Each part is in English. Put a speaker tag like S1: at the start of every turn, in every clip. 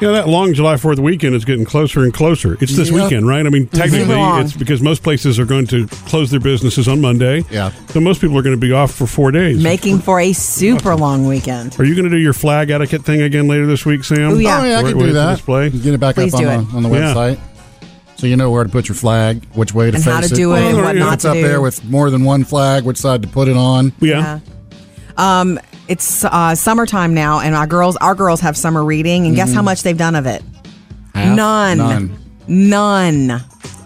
S1: Yeah, that long July 4th weekend is getting closer and closer. It's this
S2: Yeah.
S1: weekend, right? I mean, technically,
S3: Long.
S1: it's because most places are going to close their businesses on Monday.
S2: Yeah.
S1: So most people are going to be off for four days.
S3: Making for a super long weekend.
S1: are you going to do your flag etiquette thing again later this week, Sam?
S2: Oh,
S3: Oh, yeah.
S2: yeah, I
S1: Where-
S2: can
S1: where
S2: do
S1: it's
S2: that.
S1: displayed?
S2: You can get it back
S3: Please
S2: up on
S3: do
S2: the,
S3: it.
S2: on the
S1: Yeah.
S2: website. So you know where to put your flag, which way to
S3: And
S2: face
S3: how to
S2: it.
S3: do it and
S1: Oh,
S3: what
S1: yeah.
S3: not
S2: It's
S3: to
S2: up
S3: do.
S2: there with more than one flag, which side to put it on.
S1: Yeah.
S3: Yeah. Um, it's uh, summertime now, and our girls, our girls have summer reading, and guess
S1: Mm-hmm.
S3: how much they've done of it?
S2: Half?
S3: None.
S2: None.
S3: None.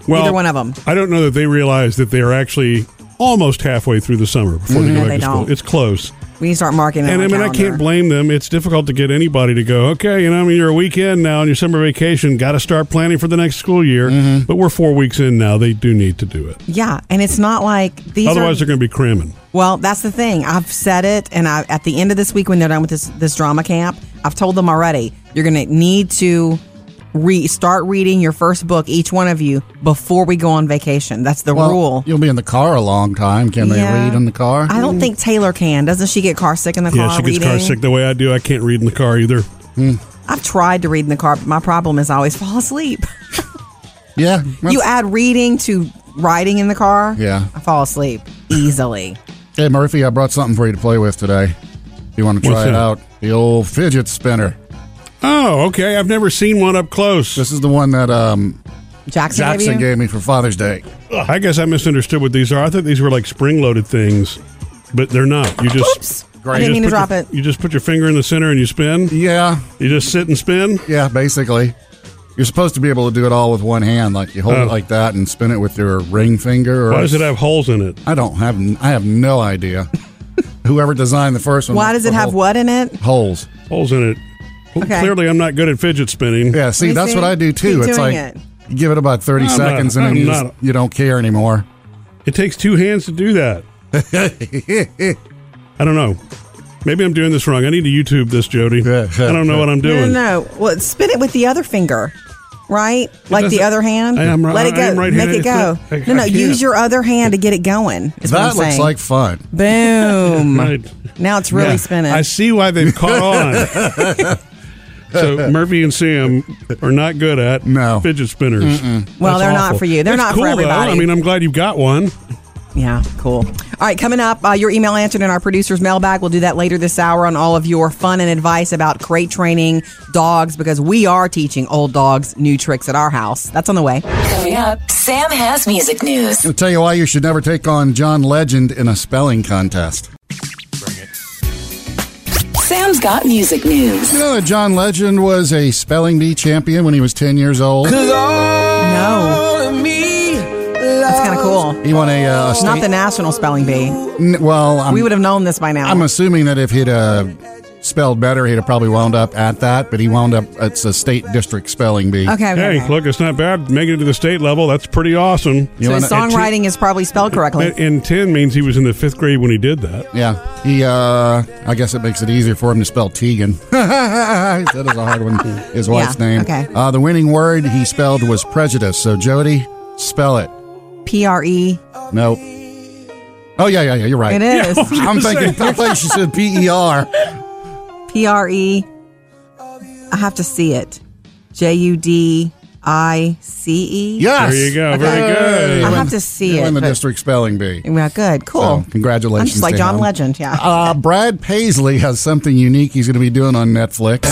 S1: Well,
S3: Neither one of them.
S1: I don't know that they realize that they are actually almost halfway through the summer before they
S3: Mm-hmm.
S1: go
S3: No,
S1: back
S3: they
S1: to school.
S3: don't.
S1: It's close.
S3: We need to start marking it.
S1: And
S3: on
S1: I
S3: the
S1: mean, I
S3: calendar.
S1: can't blame them. It's difficult to get anybody to go, okay, you know, I mean, you're a weekend now on your summer vacation, got to start planning for the next school year.
S3: Mm-hmm.
S1: But we're four weeks in now. They do need to do it.
S3: Yeah, and it's not like these.
S1: Otherwise,
S3: are,
S1: they're going to be cramming.
S3: Well, that's the thing. I've said it, and I at the end of this week when they're done with this this drama camp, I've told them already. You're going to need to re start reading your first book, each one of you, before we go on vacation. That's the
S2: Well,
S3: rule.
S2: You'll be in the car a long time. Can
S3: Yeah.
S2: they read in the car?
S3: I don't think Taylor can. Doesn't she get car sick in the
S1: Mm. Yeah,
S3: car?
S1: she gets
S3: reading?
S1: car sick the way I do. I can't read in the car either.
S3: I've tried to read in the car, but my problem is I always fall asleep.
S2: Yeah. Well,
S3: you add reading to writing in the car.
S2: Yeah.
S3: I fall asleep easily.
S2: hey, Murphy, I brought something for you to play with today. If you want to
S1: What's
S2: try it
S1: that?
S2: out, the old fidget spinner.
S1: Oh, okay. I've never seen one up close.
S2: This is the one that um,
S3: Jackson, gave
S2: Jackson
S3: you?
S2: gave me for Father's Day.
S1: Ugh, I guess I misunderstood what these are. I thought these were like spring-loaded things, but they're not. You just
S3: Oops.
S2: Great.
S3: I
S1: you just
S3: didn't mean to
S1: put
S3: drop
S1: your-
S3: it.
S1: You just put your finger in the center and you spin.
S2: Yeah.
S1: You just sit and spin.
S2: Yeah, basically. You're supposed to be able to do it all with one hand. Like you hold
S1: Oh.
S2: it like that and spin it with your ring finger. Or
S1: Why does it have holes in it?
S2: I don't have. I have no idea. Whoever designed the first one.
S3: Why does it
S2: the
S1: Oh.
S3: have
S2: hole-
S3: what in it?
S2: holes?
S1: Holes in it. Well,
S3: Okay.
S1: Clearly, I'm not good at fidget spinning.
S2: Yeah. See,
S3: You
S2: that's
S3: see?
S2: what I do too.
S3: Keep
S2: it's
S3: doing
S2: like
S3: it.
S2: you give it about 30
S1: I'm not-
S2: seconds and
S1: I'm
S2: then you,
S1: not-
S2: just, you don't care anymore.
S1: It takes two hands to do that. I don't know. Maybe I'm doing this wrong. I need to YouTube this, Jody. I don't know what I'm
S3: No,
S1: doing.
S3: no, no. Well, spin it with the other finger, right? Like the
S1: doesn't-
S3: other hand.
S1: I am ri-
S3: Let it
S1: I
S3: go.
S1: am right-handed.
S3: Make it go.
S1: It's not- I-
S3: no, no.
S1: I
S3: Use
S1: can't.
S3: your other hand to get it going. Is what I'm
S2: That looks
S3: saying.
S2: like fun.
S3: boom.
S1: Right.
S3: Now it's really
S1: Yeah.
S3: spinning.
S1: I see why they've caught on. so Murphy and Sam are not good at
S2: No.
S1: fidget spinners.
S3: Well, they're not for you. They're
S1: That's
S3: not for
S1: cool, though.
S3: everybody.
S1: I mean, I'm glad you've got one.
S3: Yeah, cool. All right, coming up, uh, your email answered in our producer's mailbag. We'll do that later this hour on all of your fun and advice about crate training dogs because we are teaching old dogs new tricks at our house. That's on the way.
S4: Coming up, Sam has music news.
S2: I'll tell you why you should never take on John Legend in a spelling contest.
S4: Sam's got music news.
S2: You know that Uh, John Legend was a spelling bee champion when he was 10 years old.
S3: No, that's kind of cool.
S2: He won a uh, state.
S3: Not the national spelling bee.
S2: n- well, I'm,
S3: We would have known this by now.
S2: I'm assuming that if he'd uh, spelled better, he'd have probably wound up at that. But he wound up. It's a state district spelling bee.
S3: okay. okay.
S1: Hey, look, it's not bad. Making it to the state level, that's pretty awesome.
S2: You
S3: so his
S2: wanna- uh,
S3: songwriting is probably spelled correctly.
S1: And, and 10 means he was in the fifth grade when he did that.
S2: Yeah, he. Uh, I guess it makes it easier for him to spell Tegan. that is a hard one. His wife's
S3: Yeah,
S2: name.
S3: okay.
S2: Uh, the winning word he spelled was prejudice. So Jody, spell it.
S3: P R E.
S2: No. Oh yeah, yeah, yeah. You're right.
S3: It is
S2: I'm thinking. I thought she said P E R.
S3: P R E. I have to see it. J U D I C E.
S2: Yes.
S1: There you go. Very
S2: Hey,
S1: good.
S2: you
S3: I'll
S2: win-
S3: have to see
S2: you
S3: it,
S2: win the
S3: but-
S2: district spelling bee.
S3: Yeah, good. Cool.
S2: So, congratulations
S3: I'm just like
S2: to
S3: John
S2: him.
S3: Legend. Yeah.
S2: Uh, Brad Paisley has something unique he's going to be doing on Netflix.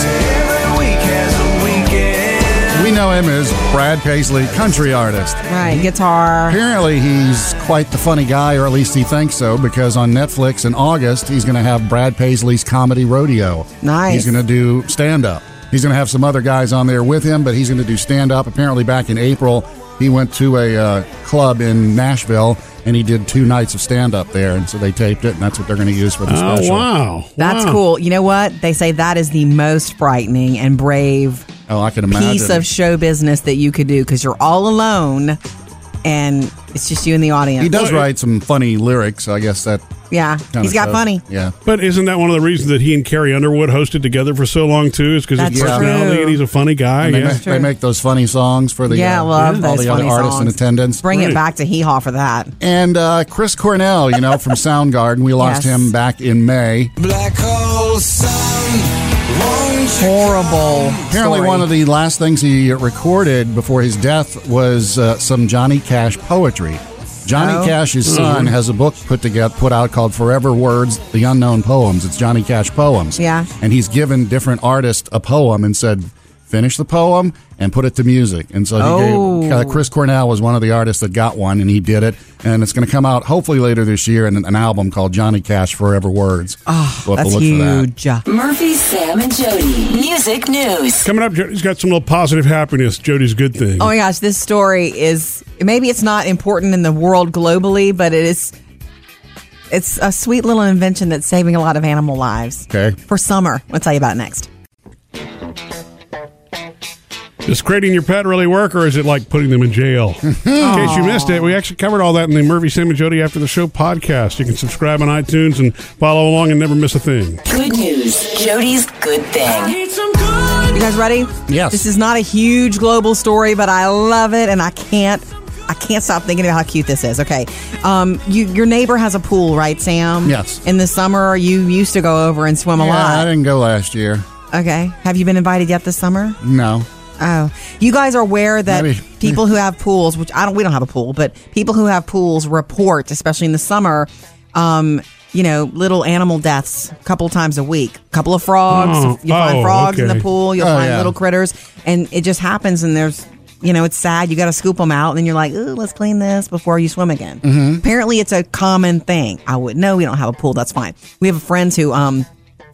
S2: We know him as Brad Paisley, country artist.
S3: right. Guitar.
S2: Apparently, he's quite the funny guy, or at least he thinks so, because on Netflix in August, he's going to have Brad Paisley's Comedy Rodeo.
S3: Nice.
S2: He's going to do stand up. He's going to have some other guys on there with him, but he's going to do stand up. Apparently, back in April, he went to a uh, club in Nashville and he did two nights of stand up there. And so they taped it, and that's what they're going to use for the
S1: Oh,
S2: special.
S1: wow.
S3: That's
S1: Wow.
S3: cool. You know what? They say that is the most frightening and brave
S2: Oh, I can imagine.
S3: piece of show business that you could do because you're all alone and it's just you in the audience.
S2: he does write some funny lyrics. I guess that
S3: Yeah,
S2: kinda
S3: he's got
S2: show.
S3: funny.
S2: Yeah.
S1: But isn't that one of the reasons that he and Carrie Underwood hosted together for so long too? Is because his
S3: That's
S1: personality
S3: true.
S1: and he's a funny guy.
S2: And they,
S1: yeah.
S2: make,
S3: true.
S2: they make those funny songs for the
S3: Yeah, I
S2: uh,
S3: love
S2: all
S3: those
S2: the other
S3: funny
S2: artists in
S3: songs.
S2: attendance.
S3: Bring
S1: Right.
S3: it back to Hee Haw for that.
S2: and uh, Chris Cornell, you know, from Soundgarden. We lost
S3: Yes.
S2: him back in May.
S5: Black hole sun, won't you
S3: Horrible.
S2: Apparently,
S3: story.
S2: one of the last things he recorded before his death was uh, some Johnny Cash poetry. Johnny
S3: Oh.
S2: Cash's son has a book put together, put out called "Forever Words: The Unknown Poems." It's Johnny Cash poems.
S3: Yeah.
S2: and he's given different artists a poem and said, "Finish the poem and put it to music." And so, he
S3: Oh.
S2: gave, uh, Chris Cornell was one of the artists that got one, and he did it. And it's going to come out hopefully later this year in an album called Johnny Cash Forever Words. Oh,
S3: Ah, that's huge. Oh
S4: Murphy, Sam, and Jody. Music news.
S1: Coming up, Jody's got some little positive happiness. Jody's good thing.
S3: Oh my gosh, this story is maybe it's not important in the world globally, but it is. It's a sweet little invention that's saving a lot of animal lives.
S2: Okay.
S3: For summer, I'll tell you about it next.
S1: Does creating your pet really work, or is it like putting them in jail? in case you missed it, we actually covered all that in the Murphy, Sam, and Jody After the Show podcast. You can subscribe on iTunes and follow along and never miss a thing.
S4: Good news. Jody's good thing.
S5: Need some good
S3: You guys ready?
S2: Yes.
S3: This is not a huge global story, but I love it, and I can't. I can't stop thinking about how cute this is. Okay, um, you, your neighbor has a pool, right, Sam?
S2: Yes.
S3: In the summer, you used to go over and swim a
S2: Yeah, I
S3: lot.
S2: didn't go last year.
S3: Okay. Have you been invited yet this summer?
S2: No.
S3: Oh, you guys are aware that
S2: Maybe.
S3: people who have pools, which I don't, we don't have a pool, but people who have pools report, especially in the summer, um, you know, little animal deaths a couple times a week. A couple of frogs,
S1: Oh,
S3: you find
S1: oh,
S3: frogs in
S1: okay.
S3: the pool, you'll
S2: Oh,
S3: find
S2: yeah.
S3: little critters, and it just happens. And there's, you know, it's sad. You got to scoop them out, and then you're like, ooh, let's clean this before you swim again. Apparently, it's a common thing. I would know we don't have a pool. That's fine. We have friends who um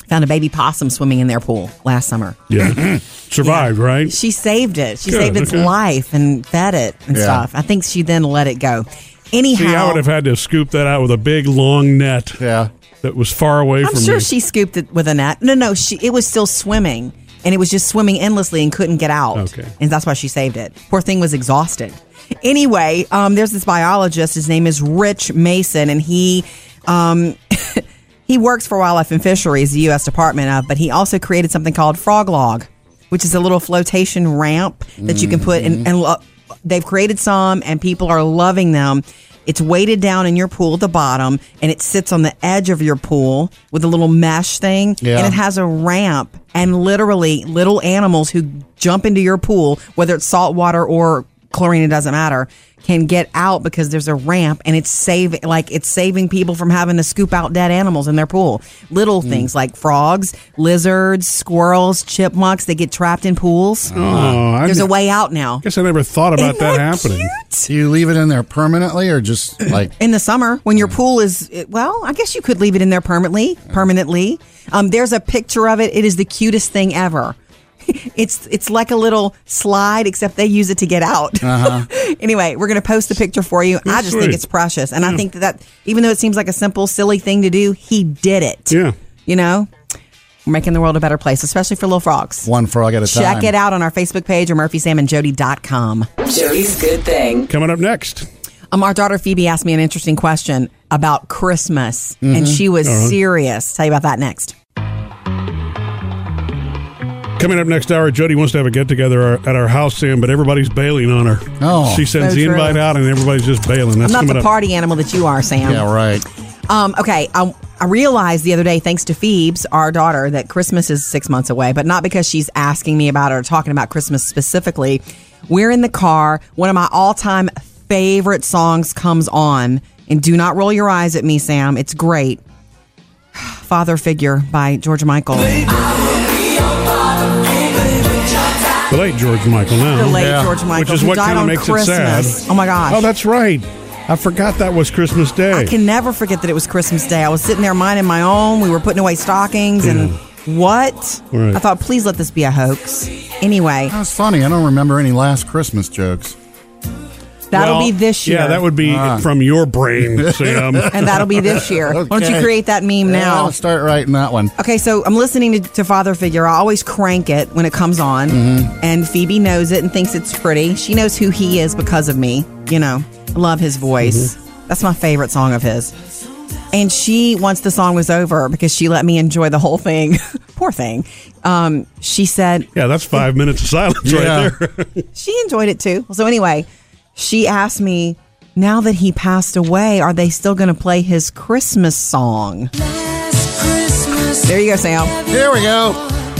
S3: found a baby possum swimming in their pool last summer.
S1: Yeah. Survived, right?
S3: She saved it. She
S1: Good,
S3: saved its
S1: okay.
S3: life and fed it and
S2: Yeah.
S3: stuff. I think she then let it go. Anyhow,
S1: See, I would have had to scoop that out with a big, long net
S2: Yeah.
S1: that was far away
S3: I'm
S1: from
S3: sure
S1: me.
S3: she scooped it with a net. No, no, she it was still swimming and it was just swimming endlessly and couldn't get out.
S1: Okay.
S3: And that's why she saved it. Poor thing was exhausted. Anyway, um, there's this biologist. His name is Rich Mason, and he um, he works for Wildlife and Fisheries, the U.S. Department of, but he also created something called Frog Log, which is a little flotation ramp that you can put in. And lo- they've created some, and people are loving them. It's weighted down in your pool at the bottom, and it sits on the edge of your pool with a little mesh thing,
S2: Yeah.
S3: and it has a ramp. And literally, little animals who jump into your pool, whether it's salt water or chlorine, it doesn't matter, can get out because there's a ramp and it's saving like it's saving people from having to scoop out dead animals in their pool. Little
S1: Mm.
S3: things like frogs, lizards, squirrels, chipmunks, they get trapped in pools.
S1: oh, I
S3: there's a
S1: ne-
S3: way out now.
S1: guess I never thought about
S3: Isn't
S1: that happening.
S3: cute?
S2: Do you leave it in there permanently or just like
S3: in the summer when
S2: Mm.
S3: your pool is well i guess you could leave it in there permanently permanently um, there's a picture of it it is the cutest thing ever it's it's like a little slide except they use it to get out
S2: Uh-huh.
S3: anyway we're going to post the picture for you i
S1: That's
S3: just
S1: sweet.
S3: think it's precious
S2: Mm.
S3: and i think that, that even though it seems like a simple silly thing to do he did it
S1: Yeah.
S3: you know we're making the world a better place especially for little frogs
S2: one frog at a time?
S3: check it out on our facebook page or murphysamandjody.com
S4: Jody's good thing.
S1: Coming up next.
S3: um, our daughter Phoebe asked me an interesting question about Christmas,
S1: Mm-hmm.
S3: and she was
S1: Uh-huh.
S3: serious. Tell you about that next.
S1: Coming up next hour, Jody wants to have a get together at our house, Sam, but everybody's bailing on her.
S2: Oh.
S1: she sends
S3: So
S1: the
S3: true.
S1: invite out, and everybody's just bailing. That's
S3: I'm not
S1: coming
S3: the
S1: up.
S3: party animal that you are, Sam.
S2: Yeah, right.
S3: Um, okay, I, I realized the other day, thanks to Phoebes, our daughter, that Christmas is six months away, but not because she's asking me about it or talking about Christmas specifically. We're in the car. One of my all time favorite songs comes on, and do not roll your eyes at me, Sam. It's great. Father Figure by George Michael.
S1: The late George Michael now.
S3: the late
S2: Yeah.
S3: George Michael,
S1: Which is
S3: who
S1: what
S3: died
S1: kind of
S3: on
S1: makes
S3: Christmas.
S1: it sad.
S3: Oh my gosh!
S1: Oh, that's right. I forgot that was Christmas Day.
S3: I can never forget that it was Christmas Day. I was sitting there minding my own. We were putting away stockings, and what?
S1: Right.
S3: I thought, please let this be a hoax. Anyway,
S2: That was funny. I don't remember any last Christmas jokes.
S3: that'll
S1: Well,
S3: be this year.
S1: Yeah, that would be
S2: Ah.
S1: from your brain, Sam.
S3: and that'll be this year. Why don't you
S2: Okay.
S3: create that meme
S2: Yeah,
S3: now?
S2: I'll start writing that one.
S3: Okay, so I'm listening to, to Father Figure. I always crank it when it comes on, and Phoebe knows it and thinks it's pretty. She knows who he is because of me. You know, love his voice. That's my favorite song of his. And she, once the song was over, because she let me enjoy the whole thing, poor thing, um, she said
S1: Yeah, that's five minutes of silence
S2: Yeah.
S1: right there.
S3: she enjoyed it too. So, anyway, she asked me, now that he passed away, are they still going to play his Christmas song? There you go, Sam.
S2: There we go.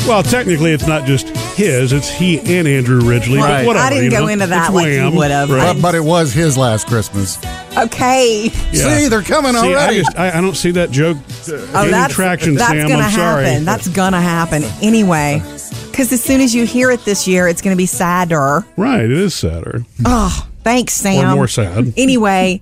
S1: well, technically, it's not just his; it's he and Andrew Ridgely.
S2: Right.
S1: But whatever,
S3: I didn't
S1: you
S3: go
S1: know,
S3: into that
S1: it's
S3: like you
S1: Wham,
S3: would've. I
S1: Right?
S2: But, but it was his last Christmas.
S3: Okay.
S1: Yeah.
S2: See, they're coming
S1: See, I,
S2: already.
S1: just, I, I don't see that joke uh,
S3: Oh,
S1: gaining
S3: that's
S1: traction,
S3: that's
S1: Sam.
S3: gonna
S1: I'm sorry.
S3: happen. That's gonna happen anyway. Because as soon as you hear it this year, it's gonna be sadder.
S1: right. It is sadder.
S3: Oh, thanks, Sam.
S1: Or more sad.
S3: Anyway,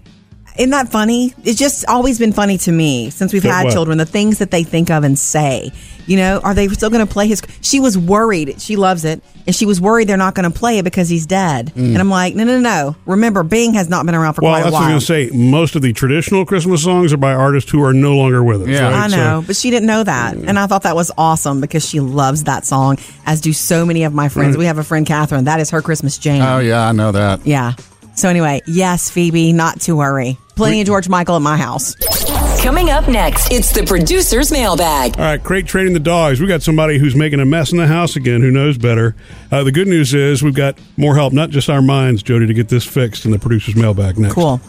S3: isn't that funny? It's just always been funny to me since we've
S1: That
S3: had
S1: what?
S3: children. The things that they think of and say. You know, are they still gonna play his? She was worried. She loves it, and she was worried they're not gonna play it because he's dead. And I'm like, no, no, no. Remember, Bing has not been around for
S1: Mm. Well,
S3: quite
S1: that's
S3: a
S1: what I
S3: while.
S1: was going to say. Most of the traditional Christmas songs are by artists who are no longer with us.
S2: Yeah.
S1: right?
S3: I
S1: So-
S3: know, but she didn't know that. And I thought that was awesome because she loves that song, as do so many of my friends. We have a friend, Catherine. That is her Christmas jam.
S2: oh, yeah, I know that.
S3: yeah. So, anyway, yes, Phoebe, not to worry. Plenty of George Michael at my house.
S4: Coming up next, it's the producer's mailbag.
S1: All right, crate training the dogs. We got somebody who's making a mess in the house again who knows better. Uh, the good news is we've got more help, not just our minds, Jody, to get this fixed in the producer's mailbag next.
S3: Cool.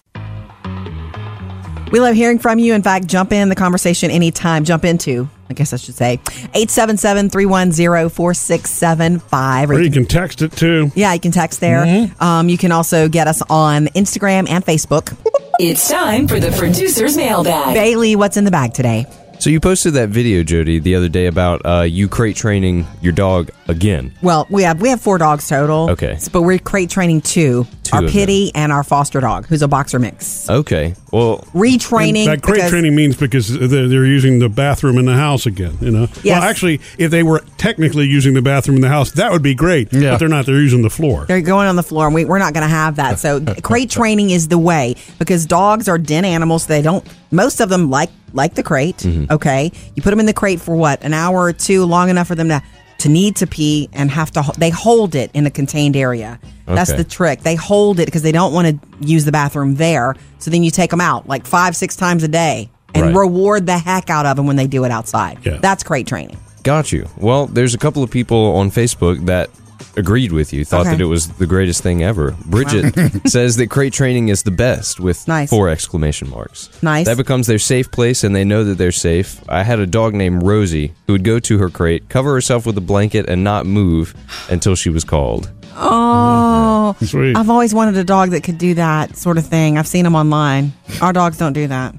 S3: We love hearing from you. In fact, jump in the conversation anytime. Jump into, I guess I should say, 877 310 4675.
S1: Or you can text it too.
S3: Yeah, you can text there. Um, you can also get us on Instagram and Facebook.
S4: It's time for the producer's mailbag.
S3: Bailey, what's in the bag today?
S6: So you posted that video, Jody, the other day about uh, you crate training your dog again.
S3: Well, we have we have four dogs total.
S6: Okay.
S3: S- but we're crate training two:
S6: Two
S3: our
S6: of
S3: pity and our foster dog, who's a boxer mix.
S6: Okay. Well,
S3: Retraining.
S1: That crate
S3: because-
S1: training means because they're, they're using the bathroom in the house again, you know?
S3: Yes.
S1: Well, actually, if they were technically using the bathroom in the house, that would be great.
S2: Yeah.
S1: But they're not. They're using the floor.
S3: They're going on the floor, and we, we're not going to have that. So, crate training is the way because dogs are den animals. They don't. Most of them like like the crate. Okay, you put them in the crate for what an hour or two, long enough for them to to need to pee and have to. ho- They hold it in a contained area. That's
S6: Okay.
S3: the trick. They hold it because they don't want to use the bathroom there. So then you take them out like five, six times a day and
S6: Right.
S3: reward the heck out of them when they do it outside.
S1: Yeah.
S3: That's crate training.
S6: got you. Well, there's a couple of people on Facebook that agreed with you, thought
S3: Okay.
S6: that it was the greatest thing ever. Bridget says that crate training is the best with
S3: Nice.
S6: four exclamation marks.
S3: Nice.
S6: That becomes their safe place and they know that they're safe. I had a dog named Rosie who would go to her crate, cover herself with a blanket and not move until she was called.
S3: Oh,
S1: Sweet.
S3: I've always wanted a dog that could do that sort of thing. I've seen them online. Our dogs don't do that.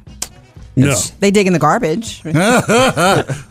S1: no.
S3: They dig in the garbage.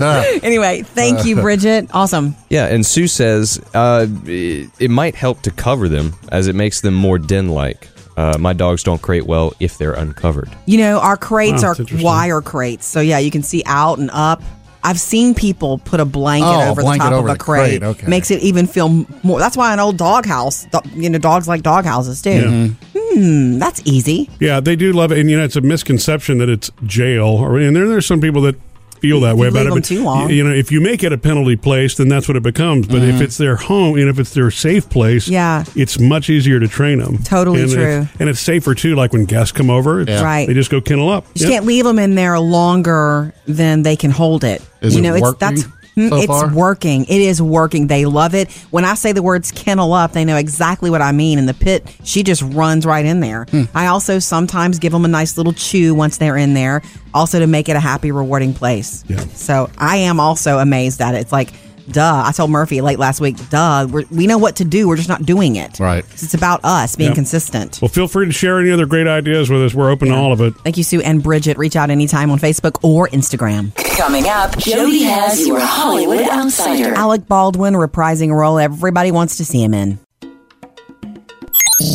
S3: anyway, thank you, Bridget. Awesome.
S6: Yeah, and Sue says uh, it, it might help to cover them as it makes them more den like. Uh, my dogs don't crate well if they're uncovered.
S3: You know, our crates
S1: Wow,
S3: are
S1: that's interesting.
S3: wire crates. So, yeah, you can see out and up. I've seen people put a blanket
S2: Oh, a
S3: over
S2: blanket
S3: the top
S2: over
S3: of a
S2: the crate,
S3: crate.
S2: okay.
S3: Makes it even feel m- more. That's why an old doghouse, do- you know, dogs like doghouses too.
S2: Mm-hmm.
S3: Hmm, that's easy.
S1: Yeah, they do love it, and you know it's a misconception that it's jail. Or and there, there's some people that feel that way
S3: You
S1: about
S3: leave
S1: it.
S3: them
S1: but,
S3: too long. Uh-huh.
S1: y- You know, if you make it a penalty place, then that's what it becomes. But if it's their home and if it's their safe place,
S3: Yeah.
S1: it's much easier to train them.
S3: Totally
S1: and
S3: true.
S1: It's, and it's safer too. Like when guests come over, it's-
S2: Yeah.
S3: Right.
S1: They just go kennel up.
S3: You
S1: Yeah.
S3: can't leave them in there longer than they can hold it.
S2: Is
S3: you
S2: it
S3: know, it's
S2: working
S3: that's
S2: so
S3: Mm, it's
S2: far?
S3: working. It is working. They love it. When I say the words kennel up, they know exactly what I mean. And the pit, she just runs right in there.
S2: Hmm.
S3: I also sometimes give them a nice little chew once they're in there, also to make it a happy, rewarding place.
S1: Yeah.
S3: So I am also amazed at it. It's like, duh. I told Murphy late last week, duh, we're, we know what to do. We're just not doing it.
S2: Right.
S3: It's about us being
S1: Yeah.
S3: consistent.
S1: Well, feel free to share any other great ideas with us. We're open to all of it.
S3: Thank you, Sue and Bridget. Reach out anytime on Facebook or Instagram.
S4: Coming up, Jody has your Hollywood Outsider.
S3: Alec Baldwin reprising a role everybody wants to see him in.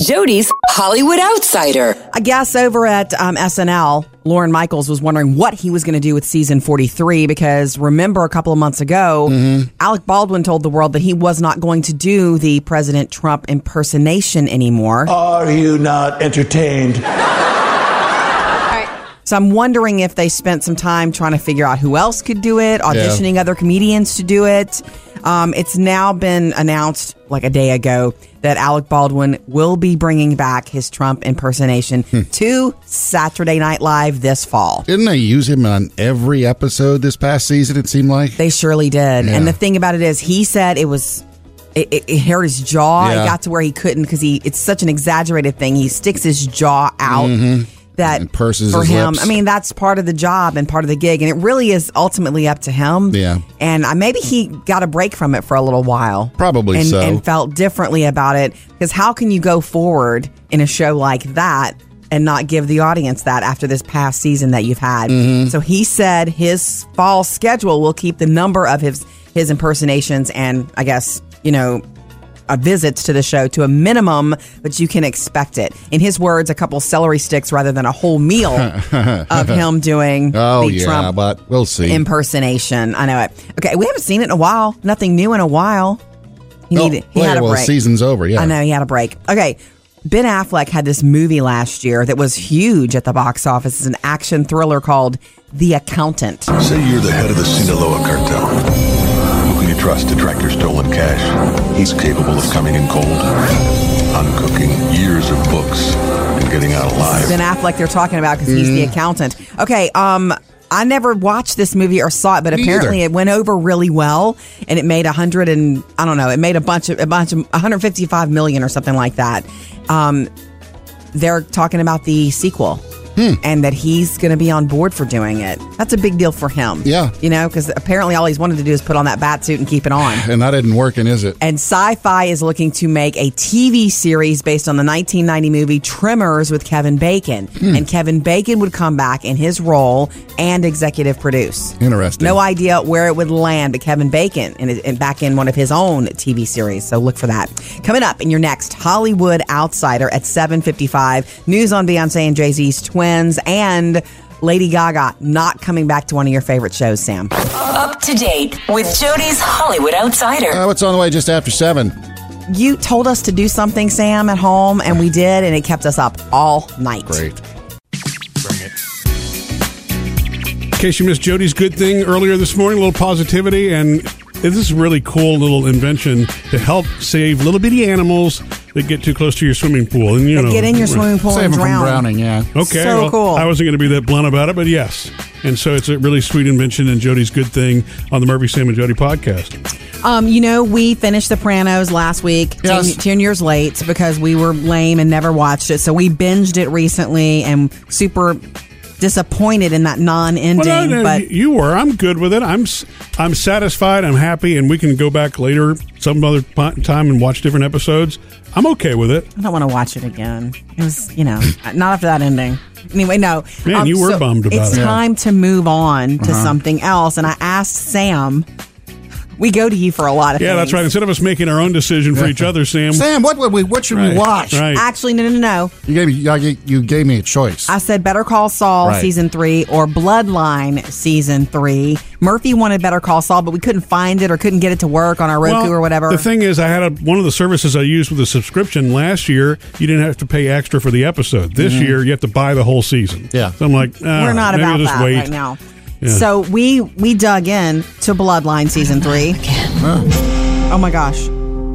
S4: Jody's Hollywood Outsider.
S3: I guess over at um, SNL, Lauren Michaels was wondering what he was going to do with season 43 because remember a couple of months ago, Alec Baldwin told the world that he was not going to do the President Trump impersonation anymore.
S7: Are you not entertained?
S3: So I'm wondering if they spent some time trying to figure out who else could do it, auditioning other comedians to do it. Um, it's now been announced like a day ago that Alec Baldwin will be bringing back his Trump impersonation to Saturday Night Live this fall.
S2: Didn't they use him on every episode this past season? It seemed like.
S3: They surely did.
S2: Yeah.
S3: And the thing about it is, he said it was. It, it, it hurt his jaw.
S2: Yeah.
S3: It got to where he couldn't because he. It's such an exaggerated thing. He sticks his jaw out. That
S2: Mm-hmm. And purses
S3: for
S2: his
S3: him.
S2: lips.
S3: I mean, that's part of the job and part of the gig, and it really is ultimately up to him.
S2: Yeah.
S3: And I, maybe he got a break from it for a little while.
S2: Probably
S3: and,
S2: so.
S3: And felt differently about it because how can you go forward in a show like that and not give the audience that after this past season that you've had?
S2: Mm-hmm.
S3: So he said his fall schedule will keep the number of his his impersonations and I guess you know. Uh, visits to the show to a minimum, but you can expect it. In his words, a couple celery sticks rather than a whole meal of him doing
S2: oh
S3: the
S2: yeah,
S3: Trump
S2: but we'll see.
S3: impersonation. I know it. Okay, we haven't seen it in a while. Nothing new in a while. He
S2: No,
S3: needed. He
S2: well,
S3: had a
S2: Oh, well,
S3: break.
S2: season's over. Yeah,
S3: I know he had a break. Okay. Ben Affleck had this movie last year that was huge at the box office. It's an action thriller called The Accountant.
S8: Say you're the head of the Sinaloa cartel. Who can you trust to track your stolen cash? He's capable of coming in cold, uncooking years of books, and getting out alive.
S3: Ben Affleck they're talking about because he's the
S2: Mm.
S3: accountant. Okay, um I never watched this movie or saw it, but
S2: Me
S3: apparently
S2: either.
S3: it went over really well and it made a hundred and I don't know, it made a bunch of a bunch of 155 million or something like that. Um they're talking about the sequel.
S2: Hmm.
S3: And that he's going to be on board for doing it. That's a big deal for him.
S2: Yeah.
S3: You know, because apparently all he's wanted to do is put on that bat suit and keep it on.
S2: and that isn't working, is it?
S3: And sci fi is looking to make a TV series based on the 1990 movie Tremors with Kevin Bacon. And Kevin Bacon would come back in his role and executive produce.
S2: Interesting.
S3: No idea where it would land, but Kevin Bacon and, and back in one of his own TV series. So look for that. Coming up in your next Hollywood Outsider at 7:55. News on Beyonce and Jay Z's twins and Lady Gaga not coming back to one of your favorite shows. Sam,
S4: Up to date with Jody's Hollywood Outsider.
S2: Uh, what's on the way just after seven?
S3: you told us to do something, Sam, at home, and we did, and it kept us up all night.
S2: Great.
S1: In case you missed Jody's good thing earlier this morning, a little positivity, and this is a really cool little invention to help save little bitty animals that get too close to your swimming pool. And you
S3: But
S1: know,
S3: get in your swimming pool
S2: Save
S3: and
S2: him
S3: drown.
S2: from drowning. Yeah.
S1: Okay,
S3: So
S1: well,
S3: cool.
S1: I wasn't going to be that blunt about it, but yes. And so it's a really sweet invention and Jody's good thing on the Murphy Sam and Jody podcast.
S3: Um, you know, we finished Sopranos last week, ten
S2: Yes.
S3: 10 years late because we were lame and never watched it. So we binged it recently and super disappointed in that non-ending.
S1: Well, no, no,
S3: but
S1: y- you were. I'm good with it. I'm s- I'm satisfied. I'm happy, and we can go back later some other p- time and watch different episodes. I'm okay with it.
S3: I don't want to watch it again. It was, you know, not after that ending. Anyway, no. Um,
S1: Man, you were bummed about
S3: it's
S1: it.
S3: It's time to move on to something else. And I asked Sam, we go to you for a lot of
S1: Yeah,
S3: things.
S1: that's right. Instead of us making our own decision for each other, Sam.
S2: Sam, what would we? What should
S1: Right,
S2: we watch?
S1: Right.
S3: Actually, no, no, no, no.
S2: You gave me. You you gave me a choice.
S3: I said Better Call Saul
S2: Right.
S3: season three or Bloodline season three. Murphy wanted Better Call Saul, but we couldn't find it or couldn't get it to work on our Roku
S1: Well,
S3: or whatever.
S1: The thing is, I had a, one of the services I used with a subscription last year. You didn't have to pay extra for the episode. This year, you have to buy the whole season.
S2: Yeah.
S1: So I'm like, ah,
S3: Mm-hmm. We're not
S1: maybe I'll
S3: about
S1: just
S3: that
S1: wait.
S3: right now.
S1: Yeah.
S3: So we we dug in to Bloodline season three. Oh my gosh.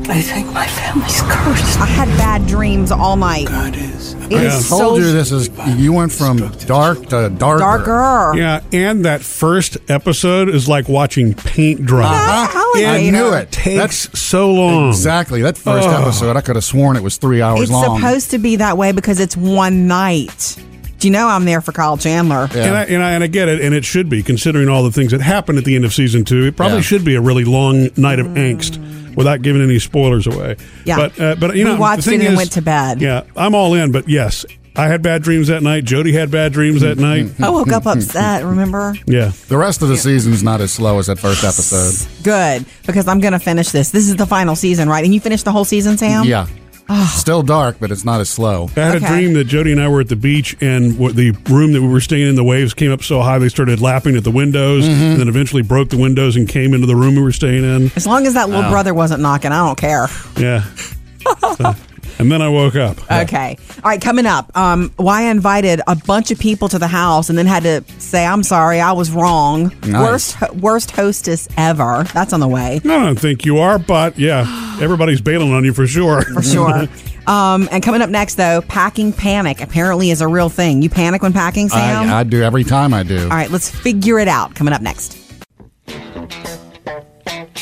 S4: I think my family's cursed.
S3: I had bad dreams all night. It
S1: Yeah.
S3: is
S2: told
S3: so
S2: you this is. You went from dark to darker.
S3: darker.
S1: Yeah, and that first episode is like watching paint dry.
S3: Uh-huh. How is
S1: And
S2: I
S3: it?
S2: knew
S1: It
S2: it.
S1: takes
S2: That's
S1: so long.
S2: exactly that first
S1: Ugh.
S2: episode. I could have sworn it was three hours
S3: It's
S2: long.
S3: supposed to be that way because it's one night. Do you know I'm there for Kyle Chandler?
S2: Yeah.
S1: And I, and I and I get it, and it should be considering all the things that happened at the end of season two. It probably
S2: Yeah.
S1: should be a really long night of angst, without giving any spoilers away.
S3: Yeah.
S1: but uh, but you
S3: We
S1: know,
S3: watched
S1: the thing
S3: it and
S1: is-
S3: went to bed.
S1: Yeah, I'm all in. But yes, I had bad dreams that night. Jody had bad dreams that night.
S3: I woke up upset, remember?
S1: Yeah,
S2: the rest of the season's not as slow as that first episode.
S3: Good, because I'm going to finish this. This is the final season, right? And you finished the whole season, Sam?
S2: Yeah. Still dark, but it's not as slow.
S1: I had
S3: Okay.
S1: a dream that Jody and I were at the beach, and what the room that we were staying in, the waves came up so high they started lapping at the windows,
S3: Mm-hmm.
S1: and then eventually broke the windows and came into the room we were staying in.
S3: As long as that little brother wasn't knocking, I don't care.
S1: Yeah. and then I woke up.
S3: Okay. All right, coming up, um, why I invited a bunch of people to the house and then had to say, I'm sorry, I was wrong. Worst ho- worst hostess ever. That's on the way.
S1: No, I don't think you are, but yeah, everybody's bailing on you for sure.
S3: For sure. um, and coming up next, though, packing panic apparently is a real thing. You panic when packing, Sam?
S2: I, I do every time I do.
S3: All right, let's figure it out. Coming up next.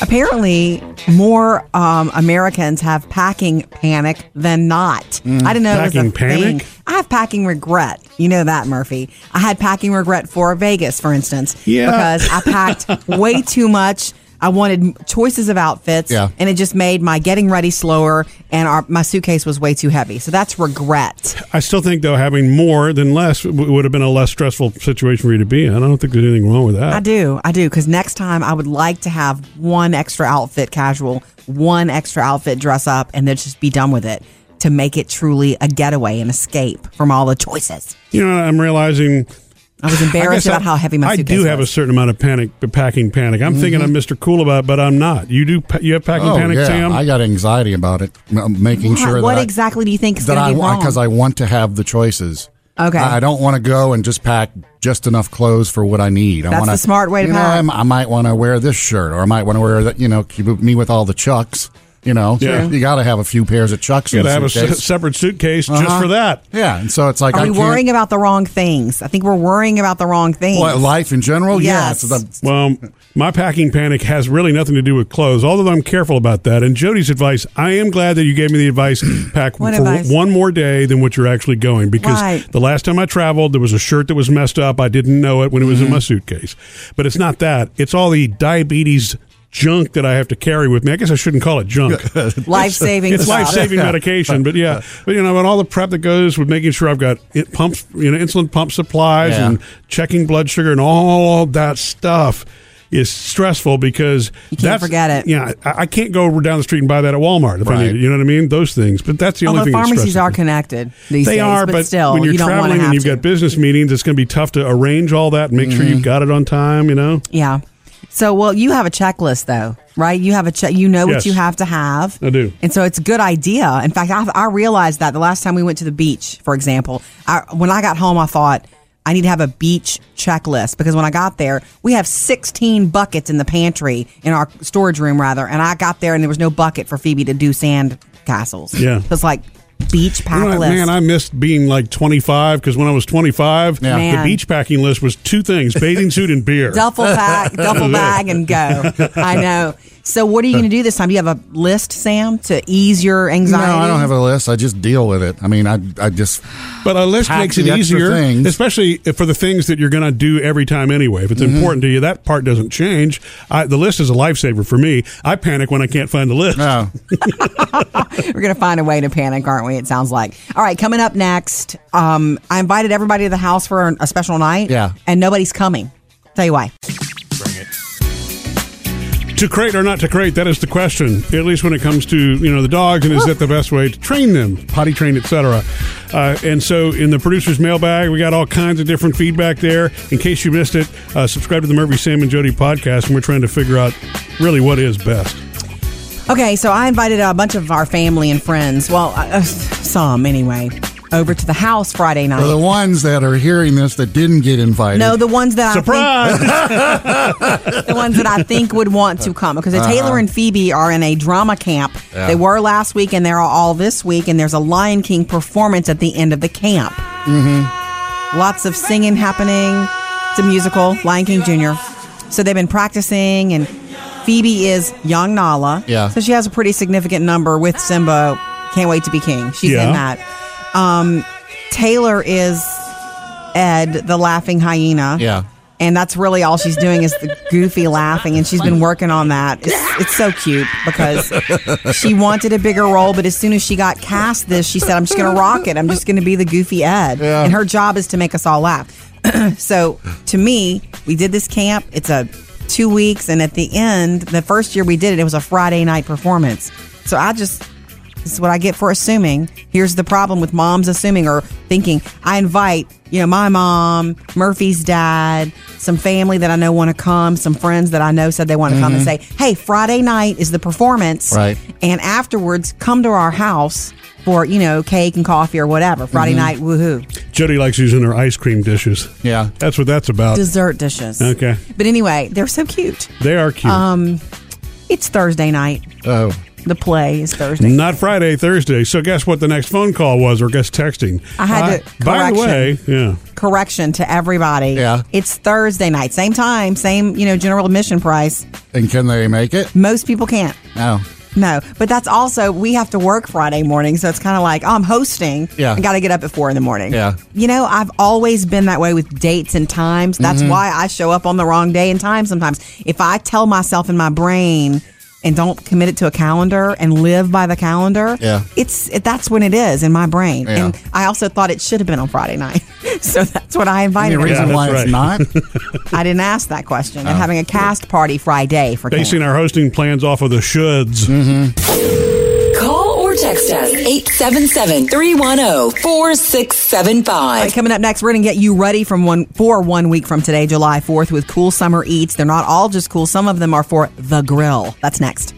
S3: Apparently, more um, Americans have packing panic than not. I didn't
S1: Mm.
S3: know it
S1: Packing
S3: was a thing.
S1: panic?
S3: I have packing regret. You know that, Murphy. I had packing regret for Vegas, for instance,
S1: Yeah.
S3: because I packed way too much. I wanted choices of outfits,
S2: Yeah.
S3: and it just made my getting ready slower, and our, my suitcase was way too heavy. So that's regret.
S1: I still think though having more than less w- would have been a less stressful situation for you to be in. I don't think there's anything wrong with that.
S3: I do. I do. Because next time I would like to have one extra outfit casual, one extra outfit dress up, and then just be done with it to make it truly a getaway and escape from all the choices.
S1: You know, I'm realizing.
S3: I was
S1: I
S3: embarrassed
S1: guess I-
S3: about how heavy my
S1: I
S3: suitcase
S1: do have a
S3: was. Mm-hmm.
S1: certain amount of panic, packing panic. I'm thinking I'm Mr. Cool about, it, but I'm not. You do. pa- You have packing
S2: oh
S1: panic,
S2: yeah,
S1: Sam.
S2: I got anxiety about it, m- making
S3: Why-
S2: sure that
S3: what
S2: I-
S3: exactly do you think is
S2: that
S3: going
S2: I
S3: to be wrong?
S2: because I want to have the choices.
S3: Okay.
S2: I I don't want to go and just pack just enough clothes for what I need. I
S3: That's
S2: wanna,
S3: the smart way to
S2: you know,
S3: pack.
S2: I'm- I might want to wear this shirt, or I might want to wear that. You know, keep me with all the chucks. You know,
S1: Yeah.
S2: you got to have a few pairs of chucks.
S1: you
S2: in
S1: got to
S2: the
S1: have a se-
S2: suitcase.
S1: separate suitcase just
S2: Uh-huh.
S1: for that.
S2: Yeah, and so it's like
S3: Are
S2: I
S3: we
S2: can't-
S3: worrying about the wrong things? I think we're worrying about the wrong things.
S2: What, life in general? Yeah,
S3: Yes.
S2: it's the-
S1: Well, my packing panic has really nothing to do with clothes, although I'm careful about that. And Jody's advice, I am glad that you gave me the advice pack for
S3: What advice?
S1: one more day than what you're actually going because
S3: Right.
S1: the last time I traveled, there was a shirt that was messed up. I didn't know it when it was in
S3: Mm-hmm.
S1: my suitcase. But it's not that, it's all the diabetes junk that I have to carry with me. I guess I shouldn't call it junk.
S3: life saving.
S1: It's life saving medication, but yeah, but you know, and all the prep that goes with making sure I've got it pumps, you know, insulin pump supplies
S2: Yeah.
S1: and checking blood sugar and all that stuff is stressful because
S3: You can't forget it.
S1: Yeah, I, I can't go down the street and buy that at Walmart if I
S2: Right.
S1: need it. You know what I mean? Those things, but that's the
S3: Although
S1: only thing.
S3: pharmacies are
S1: that's stressful.
S3: connected these
S1: They
S3: days,
S1: are,
S3: but,
S1: but
S3: still,
S1: when you're
S3: you don't want
S1: traveling
S3: to have
S1: and you've
S3: to.
S1: got business meetings, it's going to be tough to arrange all that and make sure
S2: Mm-hmm.
S1: you've got it on time. You know,
S3: Yeah. So, well, you have a checklist though, right? You have a check. You know
S1: Yes.
S3: what you have to have.
S1: I do.
S3: And so it's a good idea. In fact, I, I realized that the last time we went to the beach, for example, I, when I got home, I thought I need to have a beach checklist because when I got there, we have 16 buckets in the pantry in our storage room rather. And I got there and there was no bucket for Phoebe to do sand castles.
S1: Yeah.
S3: So it's like beach pack
S1: You know,
S3: list.
S1: man, I missed being like 25 because when I was 25,
S2: Yeah.
S1: the
S3: Man.
S1: beach packing list was two things bathing suit and beer.
S3: duffel bag, duffel bag, and go. I know. So, what are you going to do this time? Do you have a list, Sam, to ease your anxiety?
S2: no, I don't have a list. I just deal with it. I mean, I I just
S1: But a list
S2: Pack
S1: makes it
S2: the extra
S1: easier,
S2: things.
S1: especially if for the things that you're going to do every time anyway. If it's
S2: Mm-hmm.
S1: important to you, that part doesn't change. I, the list is a lifesaver for me. I panic when I can't find the list.
S2: no.
S3: We're going to find a way to panic, aren't we? It sounds like. All right, coming up next, um, I invited everybody to the house for an- a special night.
S2: Yeah.
S3: And nobody's coming. Tell you why.
S1: To crate or not to crate, that is the question. At least when it comes to you know the dogs, and is that the best way to train them, potty trained, etc. Uh, and so in the producer's mailbag, we got all kinds of different feedback there. In case you missed it, uh, subscribe to the Murphy Sam and Jody podcast, and we're trying to figure out really what is best.
S3: Okay, so I invited a bunch of our family and friends, well, uh, uh, some anyway, over to the house Friday night.
S2: For the ones that are hearing this that didn't get invited.
S3: no, the ones that I think
S1: Surprise!
S3: the ones that I think would want to come because the Taylor and Phoebe are in a drama camp. They were last week and they're all this week, and there's a Lion King performance at the end of the camp. Mm-hmm. Lots of singing happening. It's a musical, Lion King Jr. So they've been practicing, and Phoebe is young Nala.
S2: Yeah.
S3: So she has a pretty significant number with Simba. Can't wait to be king. She's
S1: Yeah.
S3: in that. Um, Taylor is Ed, the laughing hyena.
S2: Yeah.
S3: And that's really all she's doing is the goofy laughing, and she's been working on that. It's, it's so cute because she wanted a bigger role, but as soon as she got cast this, she said, I'm just going to rock it. I'm just going to be the goofy Ed.
S2: Yeah.
S3: And her job is to make us all laugh. so to me, we did this camp. It's a two weeks, and at the end, the first year we did it, it was a Friday night performance. So I just this is what I get for assuming. Here's the problem with moms assuming or thinking. I invite, you know, my mom, Murphy's dad, some family that I know want to come, some friends that I know said they want to come and say, hey, Friday night is the performance.
S2: Mm-hmm. Right.
S3: And afterwards, come to our house for, you know, cake and coffee or whatever.
S2: Mm-hmm.
S3: Friday night, woohoo.
S1: Jody likes using her ice cream dishes.
S2: Yeah.
S1: That's what that's about.
S3: Dessert dishes.
S1: Okay.
S3: But anyway, they're so cute.
S1: They are cute.
S3: Um, It's Thursday night.
S2: Oh,
S3: The play is Thursday.
S1: Not Friday, Thursday. So guess what the next phone call was, or guess texting. Uh,
S3: I had to-
S1: by the
S3: correction.
S1: way, yeah.
S3: Correction to everybody.
S2: Yeah.
S3: It's Thursday night. Same time, same, you know, general admission price.
S2: and can they make it?
S3: Most people can't.
S2: No.
S3: No, but that's also we have to work Friday morning, so it's kind of like oh, I'm hosting.
S2: Yeah.
S3: I got to get up at four in the morning.
S2: Yeah.
S3: you know I've always been that way with dates and times. That's
S2: Mm-hmm.
S3: why I show up on the wrong day and time sometimes. If I tell myself in my brain and don't commit it to a calendar and live by the calendar,
S2: Yeah.
S3: it's it, that's when it is in my brain.
S2: Yeah.
S3: And I also thought it should have been on Friday night, so that's what
S2: Any
S3: I invited.
S2: reason
S1: that's
S3: everyone.
S2: why
S1: right.
S2: it's not?
S3: I didn't ask that question. I'm having a cast party Friday for Cam.
S1: Basing our hosting plans off of the shoulds.
S3: Mm-hmm.
S4: Call or text us 877 310
S3: All right,
S4: 4675.
S3: coming up next, we're going to get you ready from one for one week from today, July 4th, with cool summer eats. They're not all just cool. Some of them are for the grill. That's next.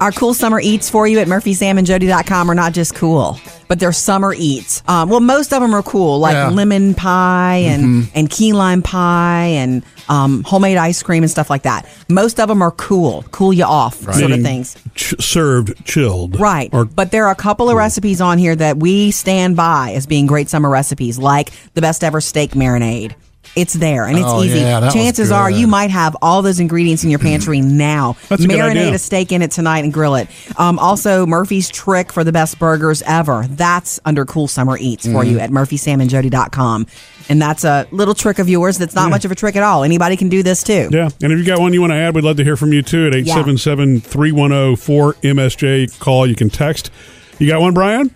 S3: Our cool summer eats for you at murphysamandjody.com are not just cool, but they're summer eats. Um, well, most of them are cool, like
S2: Yeah.
S3: lemon pie and, and key lime pie and um, homemade ice cream and stuff like that. Most of them are cool, cool you off sort of
S1: Meaning
S3: things.
S1: Ch- served chilled.
S3: Right.
S1: Or
S3: but there are a couple of recipes on here that we stand by as being great summer recipes, like the best ever steak marinade. It's there and it's
S2: Oh,
S3: easy.
S2: yeah, that was
S3: Chances are
S2: good.
S3: you might have all those ingredients in your pantry now.
S1: That's a good
S3: Marinate
S1: idea.
S3: a steak in it tonight and grill it. Um, also, Murphy's Trick for the best burgers ever. That's under Cool Summer Eats for you at murphysamandjody.com. And that's a little trick of yours that's not much of a trick at all. Anybody can do this too.
S1: yeah. And if you got one you want to add, we'd love to hear from you too at 877 310 4MSJ. Call. You can text. You got one, Brian?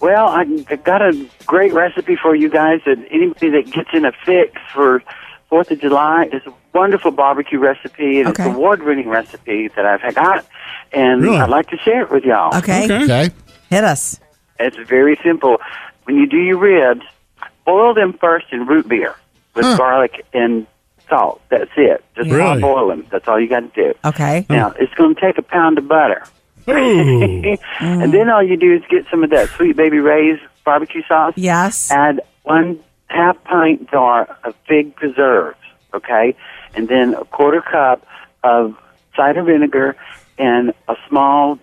S9: Well, I got a great recipe for you guys that anybody that gets in a fix for Fourth of July is a wonderful barbecue recipe. And It's
S3: Okay.
S9: an award-winning recipe that I've got, and
S1: Really?
S9: I'd like to share it with y'all.
S3: Okay.
S2: Okay.
S3: Hit us.
S9: It's very simple.
S1: Oh.
S9: When you do your ribs, boil them first in root beer with garlic and salt. That's it. Just
S1: Really?
S9: boil them. That's all you got to do.
S3: Okay.
S9: Now it's going to take a pound of butter.
S1: Ooh.
S9: And then all you do is get some of that sweet baby Ray's barbecue sauce.
S3: Yes.
S9: Add one half pint jar of fig preserves, okay? And then a quarter cup of cider vinegar and a small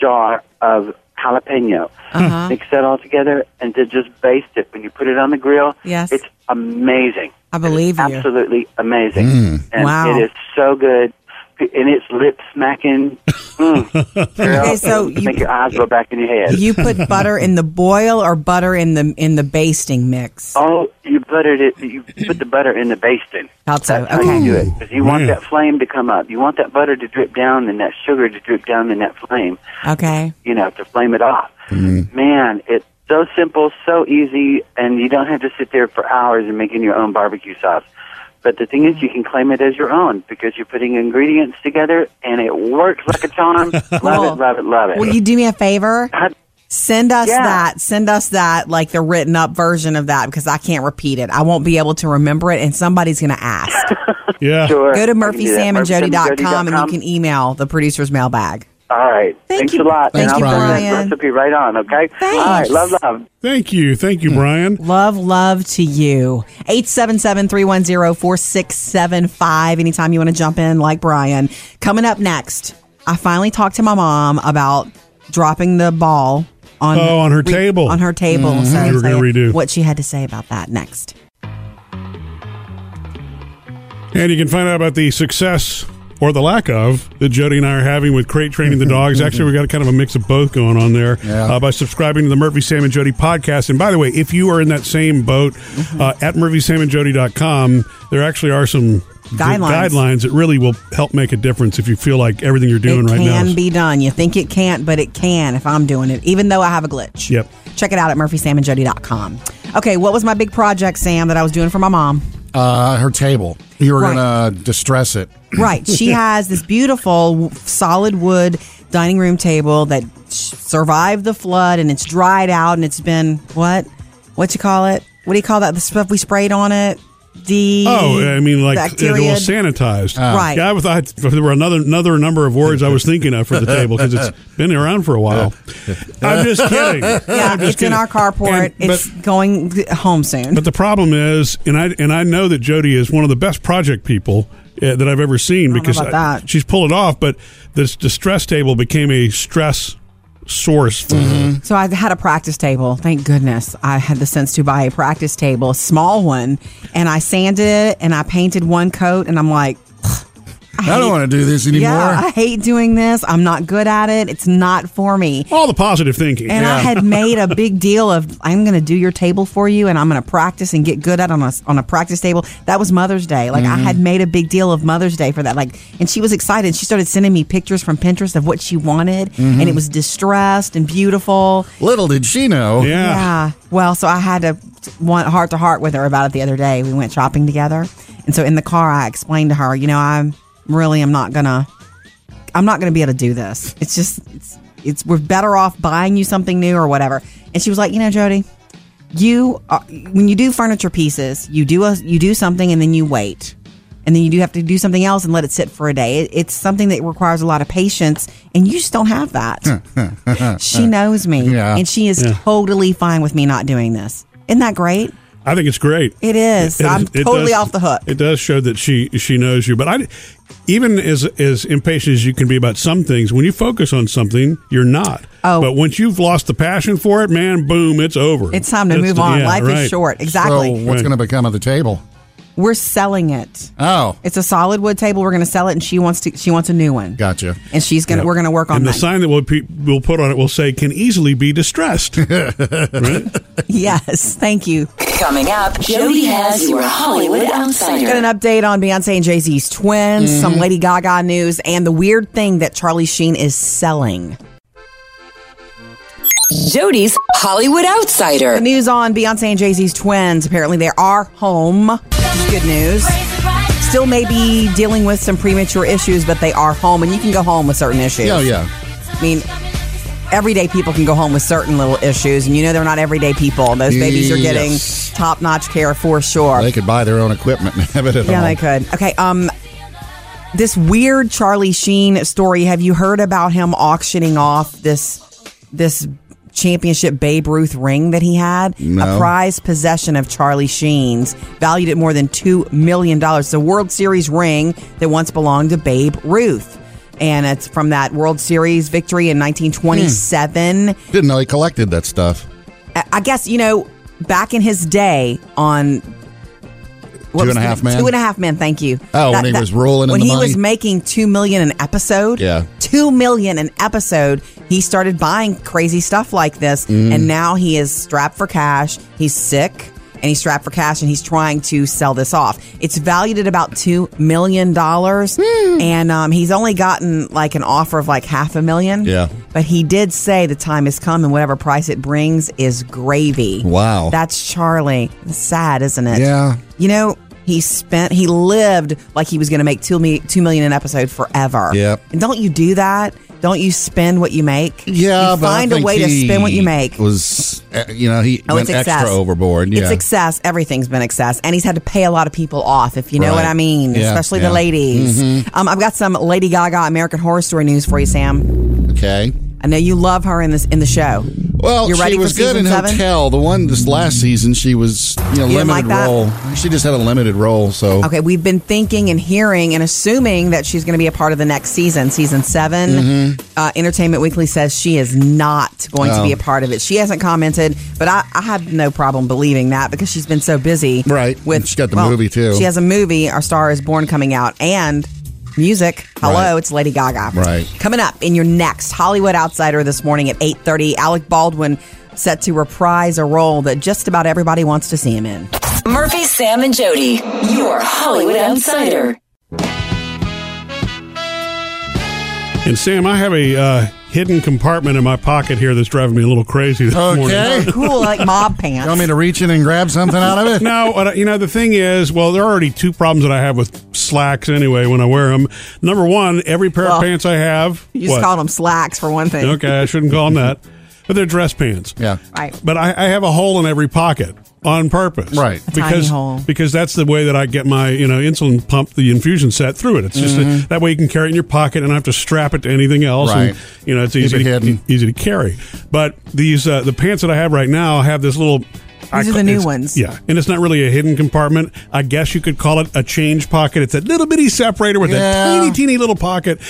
S9: jar of jalapeno.
S3: Uh-huh.
S9: Mix that all together and then just baste it. When you put it on the grill,
S3: Yes.
S9: it's amazing.
S3: I believe you.
S9: Absolutely amazing. And
S3: Wow.
S9: it is so good. And it's lip smacking. Mm. Girl,
S3: Okay, so
S9: it'll
S3: you-
S9: make your eyes go back in your head.
S3: You put butter in the boil or butter in the in the basting mix.
S9: Oh, you buttered it. You put the butter in the basting.
S3: Also,
S9: That's how
S3: okay.
S9: you do it. 'Cause you want
S1: Man.
S9: that flame to come up. You want that butter to drip down and that sugar to drip down in that flame.
S3: Okay.
S9: You know, to flame it off. Man, it's so simple, so easy, and you don't have to sit there for hours and making your own barbecue sauce. But the thing is, you can claim it as your own because you're putting ingredients together, and it works like a charm. love
S3: Cool.
S9: it, love it, love it.
S3: Will you do me a favor?
S9: I-
S3: Send us
S9: Yeah.
S3: that. Send us that, like the written up version of that, because I can't repeat it. I won't be able to remember it, and somebody's going to ask.
S1: Yeah.
S9: Sure.
S3: Go
S9: I
S3: to
S9: can do that.
S3: murphysamandjody.com and you
S9: murphysamandjody.com.
S3: can email the producer's mailbag.
S9: All right.
S3: Thank
S9: Thanks
S3: you.
S9: a lot.
S3: Thank
S9: and
S2: you,
S9: I'll bring that
S3: Brian.
S9: recipe right on, okay?
S3: Thanks.
S9: All right. Love, love.
S1: Thank you. Thank
S3: Mm.
S1: you, Brian.
S3: Love, love to you. 877 310 4675. Anytime you want to jump in, like Brian. Coming up next, I finally talked to my mom about dropping the ball on,
S1: Oh, on her table. Mm-hmm.
S3: On her table. So
S1: You were gonna
S3: so
S1: redo.
S3: What she had to say about that next.
S1: And you can find out about the success or the lack of that Jody and I are having with crate training the dogs. Actually, we got kind of a mix of both going on there uh, by subscribing to the Murphy, Sam, and Jody podcast. And by the way, if you are in that same boat
S3: Mm-hmm.
S1: uh, at murphysamandjody.com, there actually are some good
S3: Guidelines.
S1: guidelines that really will help make a difference if you feel like everything you're doing
S3: it
S1: right now.
S3: can
S1: is-
S3: be done. You think it can't, but it can if I'm doing it, even though I have a glitch.
S1: Yep.
S3: Check it out at murphysamandjody.com. Okay, what was my big project, Sam, that I was doing for my mom?
S2: Uh, her table. You were
S3: Right.
S2: going to distress it.
S3: Right. She has this beautiful solid wood dining room table that survived the flood and it's dried out and it's been what? What you call it? What do you call that? The stuff we sprayed on it? D.
S1: Oh, I mean, like it
S3: bacteria. Ah.
S1: was sanitized.
S3: Right.
S1: Yeah, I thought there were another another number of words I was thinking of for the table because it's been around for a while. I'm just kidding.
S3: yeah,
S1: I'm just
S3: it's
S1: kidding.
S3: in our carport.
S1: And-
S3: it's going home soon.
S1: But the problem is, and I and I know that Jody is one of the best project people uh, that I've ever seen
S3: know
S1: because
S3: about
S1: I-
S3: that.
S1: she's pulled it off. But this the stress table became a stress source for her.
S3: So I had a practice table. Thank goodness I had the sense to buy a practice table, a small one, and I sanded it and I painted one coat. And I'm like,
S2: I don't want to do this anymore.
S3: yeah, I hate doing this. I'm not good at it. It's not for me.
S1: all the positive thinking.
S3: And I had made a big deal of I'm going to do your table for you, and I'm going to practice and get good at it on a on a practice table. That was Mother's Day. Like I had made a big deal of Mother's Day for that. Like, and she was excited. She started sending me pictures from Pinterest of what she wanted, and it was distressed and beautiful.
S2: Little did she know.
S1: yeah.
S3: Yeah. Well, so I had to want heart to heart with her about it the other day. We went shopping together, and so in the car, I explained to her, you know, I'm really, I'm not gonna, I'm not gonna be able to do this. It's just, it's, it's, we're better off buying you something new or whatever. And she was like, you know, Jody, you, are, when you do furniture pieces, you do a, you do something and then you wait. And then you do have to do something else and let it sit for a day. It, it's something that requires a lot of patience, and you just don't have that. she knows me,
S2: Yeah.
S3: and she is totally fine with me not doing this. Isn't that great?
S1: I think it's great.
S3: It is. I'm
S1: it
S3: totally off the hook.
S1: It does show that she she knows you. But I, even as as impatient as you can be about some things, when you focus on something, you're not.
S3: Oh.
S1: But once you've lost the passion for it, man, boom, it's over.
S3: It's time to move on.
S1: yeah,
S3: Life
S1: right.
S3: is short.
S2: So
S3: Exactly.
S2: what's
S1: Right.
S2: going to become of the table?
S3: We're selling it.
S2: Oh,
S3: It's a solid wood table. We're going to sell it, and she wants to. She wants a new one.
S2: gotcha.
S3: And she's gonna. We're going to work on
S1: And the
S3: that.
S1: sign that we'll, pe- we'll put on it will say can easily be distressed. right?
S3: yes. Thank you.
S4: Coming up, Jody has your Hollywood
S3: Got an
S4: Outsider.
S3: update on Beyonce and Jay Z's twins, some
S2: Mm-hmm.
S3: Lady Gaga news, and the weird thing that Charlie Sheen is selling.
S4: Jody's Hollywood Outsider.
S3: The news on Beyonce and Jay Z's twins. Apparently, they are home. Which is good news. Still, may be dealing with some premature issues, but they are home, and you can go home with certain issues.
S2: Yeah, Oh, yeah.
S3: I mean, everyday people can go home with certain little issues, and you know they're not everyday people. Those babies are getting
S2: Yes.
S3: top notch care for sure.
S2: They could buy their own equipment and have it at
S3: yeah,
S2: home.
S3: they could. Okay, um, this weird Charlie Sheen story. Have you heard about him auctioning off this this championship Babe Ruth ring that he had?
S2: No.
S3: A prized possession of Charlie Sheen's, valued at more than two million dollars. The World Series ring that once belonged to Babe Ruth. And it's from that World Series victory in 1927.
S2: Didn't know he collected that stuff.
S3: I- I guess you know back in his day on what
S2: Two
S3: was
S2: and a
S3: the-
S2: Half Men?
S3: Two and a half men. Thank you.
S2: Oh, when he was rolling in
S3: When
S2: the
S3: he
S2: money?
S3: was making two million an episode.
S2: Yeah.
S3: two million an episode. He started buying crazy stuff like this,
S2: Mm.
S3: and now he is strapped for cash. He's sick. And he's strapped for cash, and he's trying to sell this off. It's valued at about two million dollars,
S2: Hmm.
S3: and um, he's only gotten like an offer of like half a million.
S2: Yeah.
S3: But he did say the time has come and whatever price it brings is gravy.
S2: Wow.
S3: That's Charlie. It's sad, isn't it?
S2: Yeah.
S3: You know, he spent, he lived like he was going to make two, mi- two million an episode forever.
S2: Yep.
S3: And don't you do that? Don't you spend what you make?
S2: Yeah,
S3: You
S2: but I
S3: find a
S2: think
S3: way to
S2: he
S3: spend what you make.
S2: Was uh, you know he
S3: Oh,
S2: went
S3: it's excess.
S2: extra overboard. Yeah.
S3: It's excess. Everything's been excess. And he's had to pay a lot of people off, if you know
S2: Right.
S3: what I mean,
S2: Yeah,
S3: especially
S2: yeah. Mm-hmm.
S3: the ladies. Um, I've got some Lady Gaga American Horror Story news for you, Sam.
S2: okay.
S3: I know you love her in this in the show.
S2: Well,
S3: You ready
S2: she
S3: for
S2: was good in
S3: season seven?
S2: Hotel. The one this last season, she was you know
S3: You didn't
S2: limited
S3: like that?
S2: role. She just had a limited role, so
S3: Okay, we've been thinking and hearing and assuming that she's going to be a part of the next season, season 7
S2: Mm-hmm.
S3: Uh, Entertainment Weekly says she is not going
S2: Oh.
S3: to be a part of it. She hasn't commented, but I, I have no problem believing that because she's been so busy.
S2: Right.
S3: With
S2: She's got the movie, too.
S3: She has a movie, Our Star Is Born, coming out, and music. Hello,
S2: Right.
S3: it's Lady Gaga.
S2: Right.
S3: Coming up in your next Hollywood Outsider this morning at eight thirty, Alec Baldwin set to reprise a role that just about everybody wants to see him in.
S4: Murphy, Sam, and Jody, your Hollywood Outsider.
S1: And Sam, I have a uh, hidden compartment in my pocket here that's driving me a little crazy this morning.
S2: okay. you
S3: Cool, like mob pants.
S2: want me to reach in and grab something out of it?
S1: No, what I- you know the thing is, well, there are already two problems that I have with slacks anyway when I wear them. Number one, every pair
S3: Well,
S1: of pants I have,
S3: You just
S1: what?
S3: called them slacks for one thing.
S1: okay, I shouldn't call them that, but they're dress pants.
S2: Yeah.
S3: Right.
S1: But I, I have a hole in every pocket. on purpose,
S2: Right. A
S3: tiny
S1: because
S3: hole.
S1: because that's the way that I get my you know insulin pump, the infusion set through it. It's just that- that way you can carry it in your pocket and I have to strap it to anything else.
S2: Mm-hmm. Right.
S1: And, you know, it's
S2: Keep
S1: easy
S2: it
S1: to, e-,
S2: hidden.
S1: easy to carry. But these uh, the pants that I have right now have this little. I
S3: are the
S1: ca-
S3: new
S1: it's-
S3: ones.
S1: Yeah, and it's not really a hidden compartment. I guess you could call it a change pocket. It's a little bitty separator with
S2: Yeah.
S1: a tiny, teeny little pocket,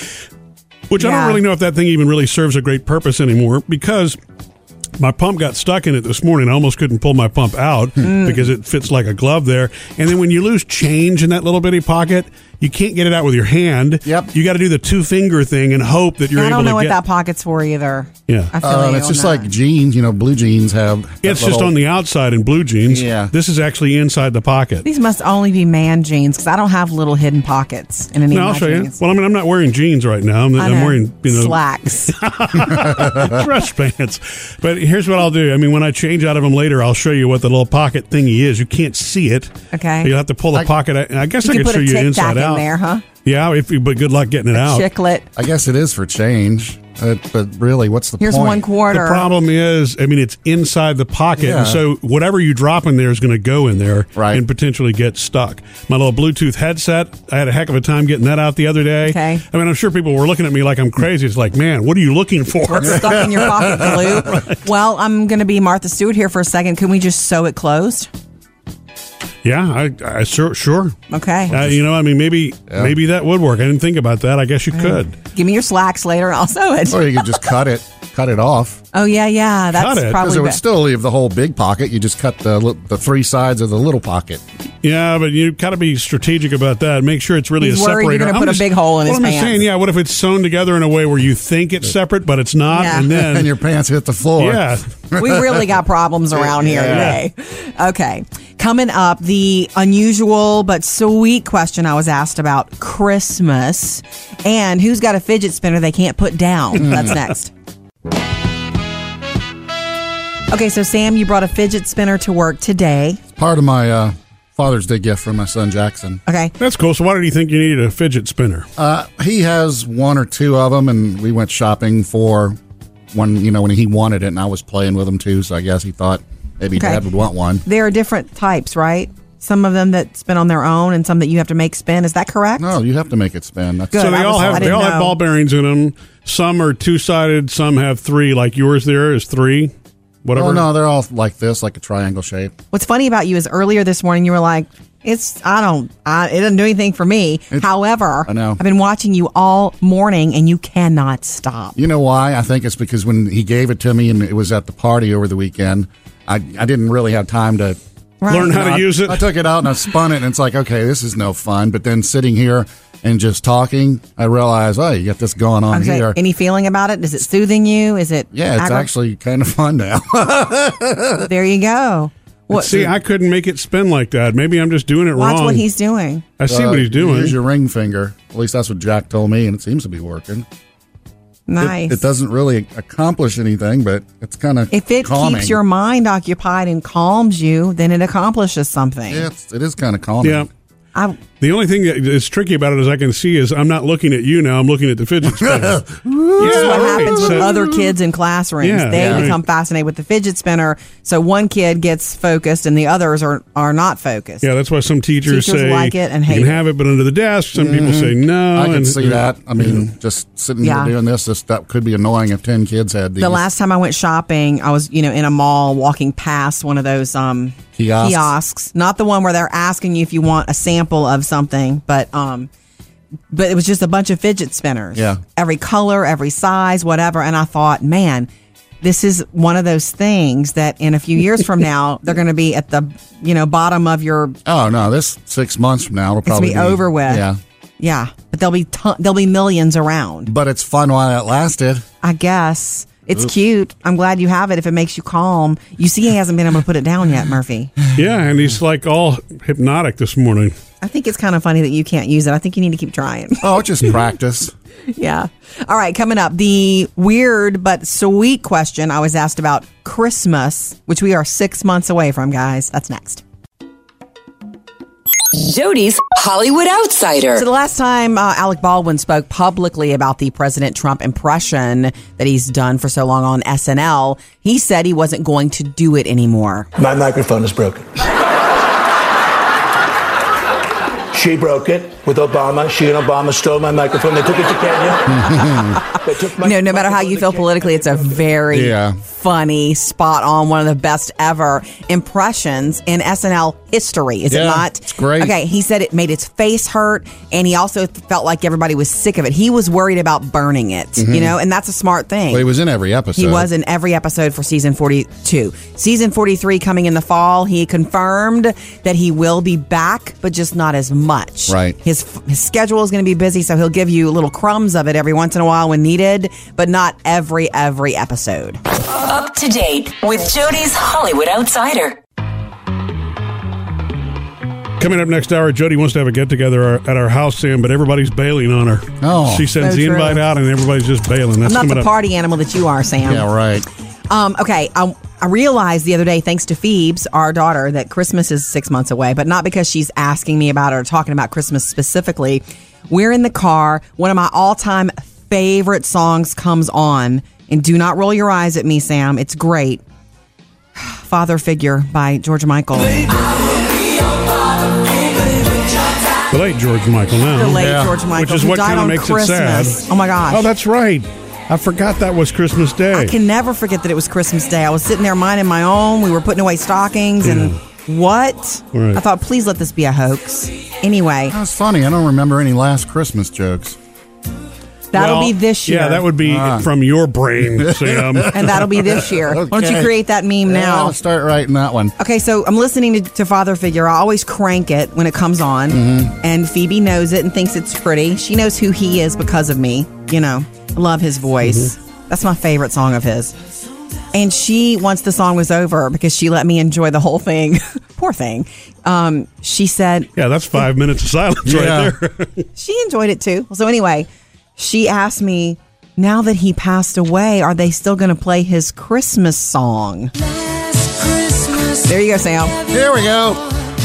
S1: which I don't
S3: Yeah.
S1: really know if that thing even really serves a great purpose anymore because my pump got stuck in it this morning. I almost couldn't pull my pump out
S2: Hmm.
S1: because it fits like a glove there. And then when you lose change in that little bitty pocket, you can't get it out with your hand.
S2: Yep.
S1: You got to do the two finger thing and hope that you're
S3: I
S1: able
S3: don't
S1: to
S3: know what
S1: get.
S3: that pocket's for either.
S1: Yeah.
S3: I feel
S2: Uh,
S3: you
S2: it's
S3: on
S2: just
S3: that.
S2: like jeans. You know, blue jeans have. that
S1: it's just
S2: little-
S1: on the outside in blue jeans.
S2: Yeah.
S1: This is actually inside the pocket.
S3: These must only be man jeans because I don't have little hidden pockets in any
S1: No,
S3: of
S1: I'll
S3: my
S1: show you.
S3: jeans.
S1: Well, I mean, I'm not wearing jeans right now. I'm,
S3: I
S1: I'm
S3: know.
S1: wearing, you know,
S3: slacks.
S1: dress pants. But here's what I'll do. I mean, when I change out of them later, I'll show you what the little pocket thingy is. You can't see it.
S3: Okay.
S1: You'll have to pull the
S2: I-
S1: pocket. out. And I guess
S3: You
S1: I
S3: can
S1: could
S3: put
S1: show
S3: a
S1: you
S3: tic tac
S1: inside
S3: in
S1: out.
S3: there, huh?
S1: Yeah, if you, but good luck getting it out.
S3: Chiclet.
S2: I guess it is for change. Uh, but really, what's the
S3: Here's
S2: point?
S3: one quarter.
S1: The problem is, I mean, it's inside the pocket,
S2: Yeah.
S1: and so whatever you drop in there is going to go in there
S2: Right.
S1: and potentially get stuck. My little Bluetooth headset, I had a heck of a time getting that out the other day.
S3: Okay.
S1: I mean, I'm sure people were looking at me like I'm crazy. It's like, man, what are you looking for?
S3: stuck in your pocket glue. Well, I'm going to be Martha Stewart here for a second. Can we just sew it closed?
S1: yeah, I, I sure, sure.
S3: Okay.
S1: Uh, you know, I mean, maybe maybe that would work. I didn't think about that. I guess you
S3: Mm.
S1: could.
S3: Give me your slacks later and I'll sew it.
S2: Or you could just cut it, cut it off.
S3: Oh, yeah, yeah.
S1: Got
S3: That's
S1: it, 'cause
S2: Because
S3: probably
S2: it would
S3: be-
S2: still leave the whole big pocket. You just cut the li- the three sides of the little pocket.
S1: Yeah, but you got to be strategic about that. Make sure it's really
S3: He's
S1: a
S3: worried
S1: separator.
S3: you're gonna
S1: I'm
S3: put a big hole in
S1: well,
S3: his
S1: I'm just
S3: pants.
S1: saying, yeah. What if it's sewn together in a way where you think it's separate, but it's not,
S3: Yeah.
S1: and then
S2: And your pants hit the floor.
S1: yeah,
S3: we really got problems around here
S1: Yeah.
S3: today. Okay. Coming up, the unusual but sweet question I was asked about Christmas and who's got a fidget spinner they can't put down. That's next. Okay, so Sam, you brought a fidget spinner to work today.
S2: It's part of my uh, Father's Day gift from my son Jackson.
S3: Okay.
S1: that's cool. So why do you think you needed a fidget spinner?
S2: Uh, he has one or two of them, and we went shopping for one. You know, when he wanted it, and I was playing with him too. So I guess he thought maybe
S3: Okay.
S2: Dad would want one.
S3: There are different types, right? Some of them that spin on their own and some that you have to make spin. Is that correct?
S2: No, you have to make it spin. That's
S3: Good.
S1: so they
S3: I
S1: all
S3: was- I
S1: have they
S3: didn't
S1: all have
S3: know.
S1: ball bearings in them. Some are two sided. Some have three. Like yours, there is three. Whatever.
S2: Oh no, they're all like this, like a triangle shape.
S3: What's funny about you is earlier this morning you were like, "It's I don't I, it doesn't do anything for me." However,
S2: I know.
S3: I've been watching you all morning and you cannot stop.
S2: You know why? I think it's because when he gave it to me and it was at the party over the weekend, I, I didn't really have time to.
S3: Right?
S1: Learn how to
S2: I-
S1: use it.
S2: I took it out and I spun it, and it's like, okay, this is no fun. But then sitting here and just talking, I realized, oh, you got this going on
S3: Okay.
S2: here.
S3: Any feeling about it? Is it soothing you? Is it?
S2: yeah, it's
S3: aggra-
S2: actually kind of fun now.
S3: there. You go. What?
S1: See, I couldn't make it spin like that. Maybe I'm just doing it
S3: watch
S1: wrong.
S3: what he's doing.
S1: I see what he's doing.
S2: Uh, Use your ring finger. At least that's what Jack told me, and it seems to be working. It-
S3: Nice.
S2: It, doesn't really accomplish anything, but it's kind of
S3: If it
S2: calming.
S3: keeps your mind occupied and calms you, then it accomplishes something.
S2: yeah, it's, it is kind of calming.
S1: yeah.
S3: I
S1: The only thing that is tricky about it, as I can see, is I'm not looking at you now. I'm looking at the fidget spinner.
S3: That's
S1: right.
S3: what happens with
S1: So-
S3: other kids in classrooms.
S1: Yeah,
S3: they
S1: yeah.
S3: become fascinated with the fidget spinner. So one kid gets focused and the others are, are not focused.
S1: Yeah, that's why some teachers,
S3: Teachers
S1: say
S3: like it and hate
S1: you can
S3: it.
S1: have it, but under the desk. Some people say no.
S2: Mm-hmm. I can
S1: and-
S2: see that. I mean, just sitting
S3: Yeah.
S2: here doing this, this, that could be annoying if 10 kids had these.
S3: The last time I went shopping, I was, you know, in a mall walking past one of those um,
S2: Kiosks.
S3: kiosks. Not the one where they're asking you if you want a sample of something, but um but it was just a bunch of fidget spinners.
S2: Yeah.
S3: Every color, every size, whatever. And I thought, man, this is one of those things that in a few years from now they're gonna be at the you know, bottom of your
S2: Oh, no, this six months from now will
S3: it's
S2: probably
S3: be over with.
S2: Yeah.
S3: Yeah. But there'll be ton- there'll be millions around.
S2: But it's fun while it lasted.
S3: I guess. It's cute. I'm glad you have it if it makes you calm. You see, he hasn't been able to put it down yet, Murphy.
S1: Yeah, and he's like all hypnotic this morning.
S3: I think it's kind of funny that you can't use it. I think you need to keep trying.
S2: Oh, it's just practice.
S3: yeah. All right, coming up, the weird but sweet question I was asked about Christmas, which we are six months away from, guys. That's next.
S4: Jody's Hollywood Outsider.
S3: So the last time uh, Alec Baldwin spoke publicly about the President Trump impression that he's done for so long on SNL, he said he wasn't going to do it anymore.
S7: My microphone is broken. she broke it with Obama. She and Obama stole my microphone. They took it to Kenya. they took my
S3: You know, no matter how you feel politically, it's a very
S2: Yeah.
S3: funny, spot on, one of the best ever impressions in SNL history. Is
S2: Yeah,
S3: it not?
S2: it's great.
S3: Okay, he said it made his face hurt, and he also felt like everybody was sick of it. He was worried about burning it, you know, and that's a smart thing.
S2: Mm-hmm. Well, he was in every episode.
S3: He was in every episode for season 42. Season 43 coming in the fall, he confirmed that he will be back, but just not as much.
S2: Right.
S3: His, his schedule is going to be busy, so he'll give you little crumbs of it every once in a while when needed, but not every, every episode.
S4: Up to date with Jody's Hollywood Outsider.
S1: Coming up next hour, Jody wants to have a get together at our house, Sam, but everybody's bailing on her.
S2: Oh.
S1: she sends
S3: So
S1: the
S3: true.
S1: invite out, and everybody's just bailing. That's
S3: I'm not
S1: coming
S3: the
S1: up.
S3: party animal that you are, Sam.
S2: Yeah, right.
S3: Um, okay, I, I realized the other day, thanks to Phoebes, our daughter, that Christmas is six months away, but not because she's asking me about it or talking about Christmas specifically. We're in the car. One of my all time favorite songs comes on, and do not roll your eyes at me, Sam. It's great. Father Figure by George Michael. The
S1: The late George Michael now.
S3: late
S2: Yeah.
S3: George Michael,
S1: Which is
S3: who
S1: what
S3: died
S1: kind of
S3: on
S1: makes
S3: Christmas.
S1: it sad.
S3: Oh my gosh.
S1: Oh, that's right. I forgot that was Christmas Day.
S3: I can never forget that it was Christmas Day. I was sitting there minding my own. We were putting away stockings and what?
S1: Right.
S3: I thought, please let this be a hoax. Anyway,
S2: That was funny. I don't remember any last Christmas jokes.
S3: that'll
S1: Well,
S3: be this year.
S1: Yeah, that would be
S2: Ah.
S1: from your brain, Sam.
S3: And that'll be this year. Why don't you
S2: Okay.
S3: create that meme
S2: Yeah,
S3: now?
S2: I'll start writing that one.
S3: Okay, so I'm listening to, to Father Figure. I always crank it when it comes on, and Phoebe knows it and thinks it's pretty. She knows who he is because of me. You know, I love his voice. That's my favorite song of his. And she, once the song was over, because she let me enjoy the whole thing, poor thing, um, she said,
S1: yeah, that's five minutes of silence
S2: Yeah.
S1: right there.
S3: she enjoyed it too. So anyway, she asked me, now that he passed away, are they still going to play his Christmas song? There you go, Sam.
S2: Here we go.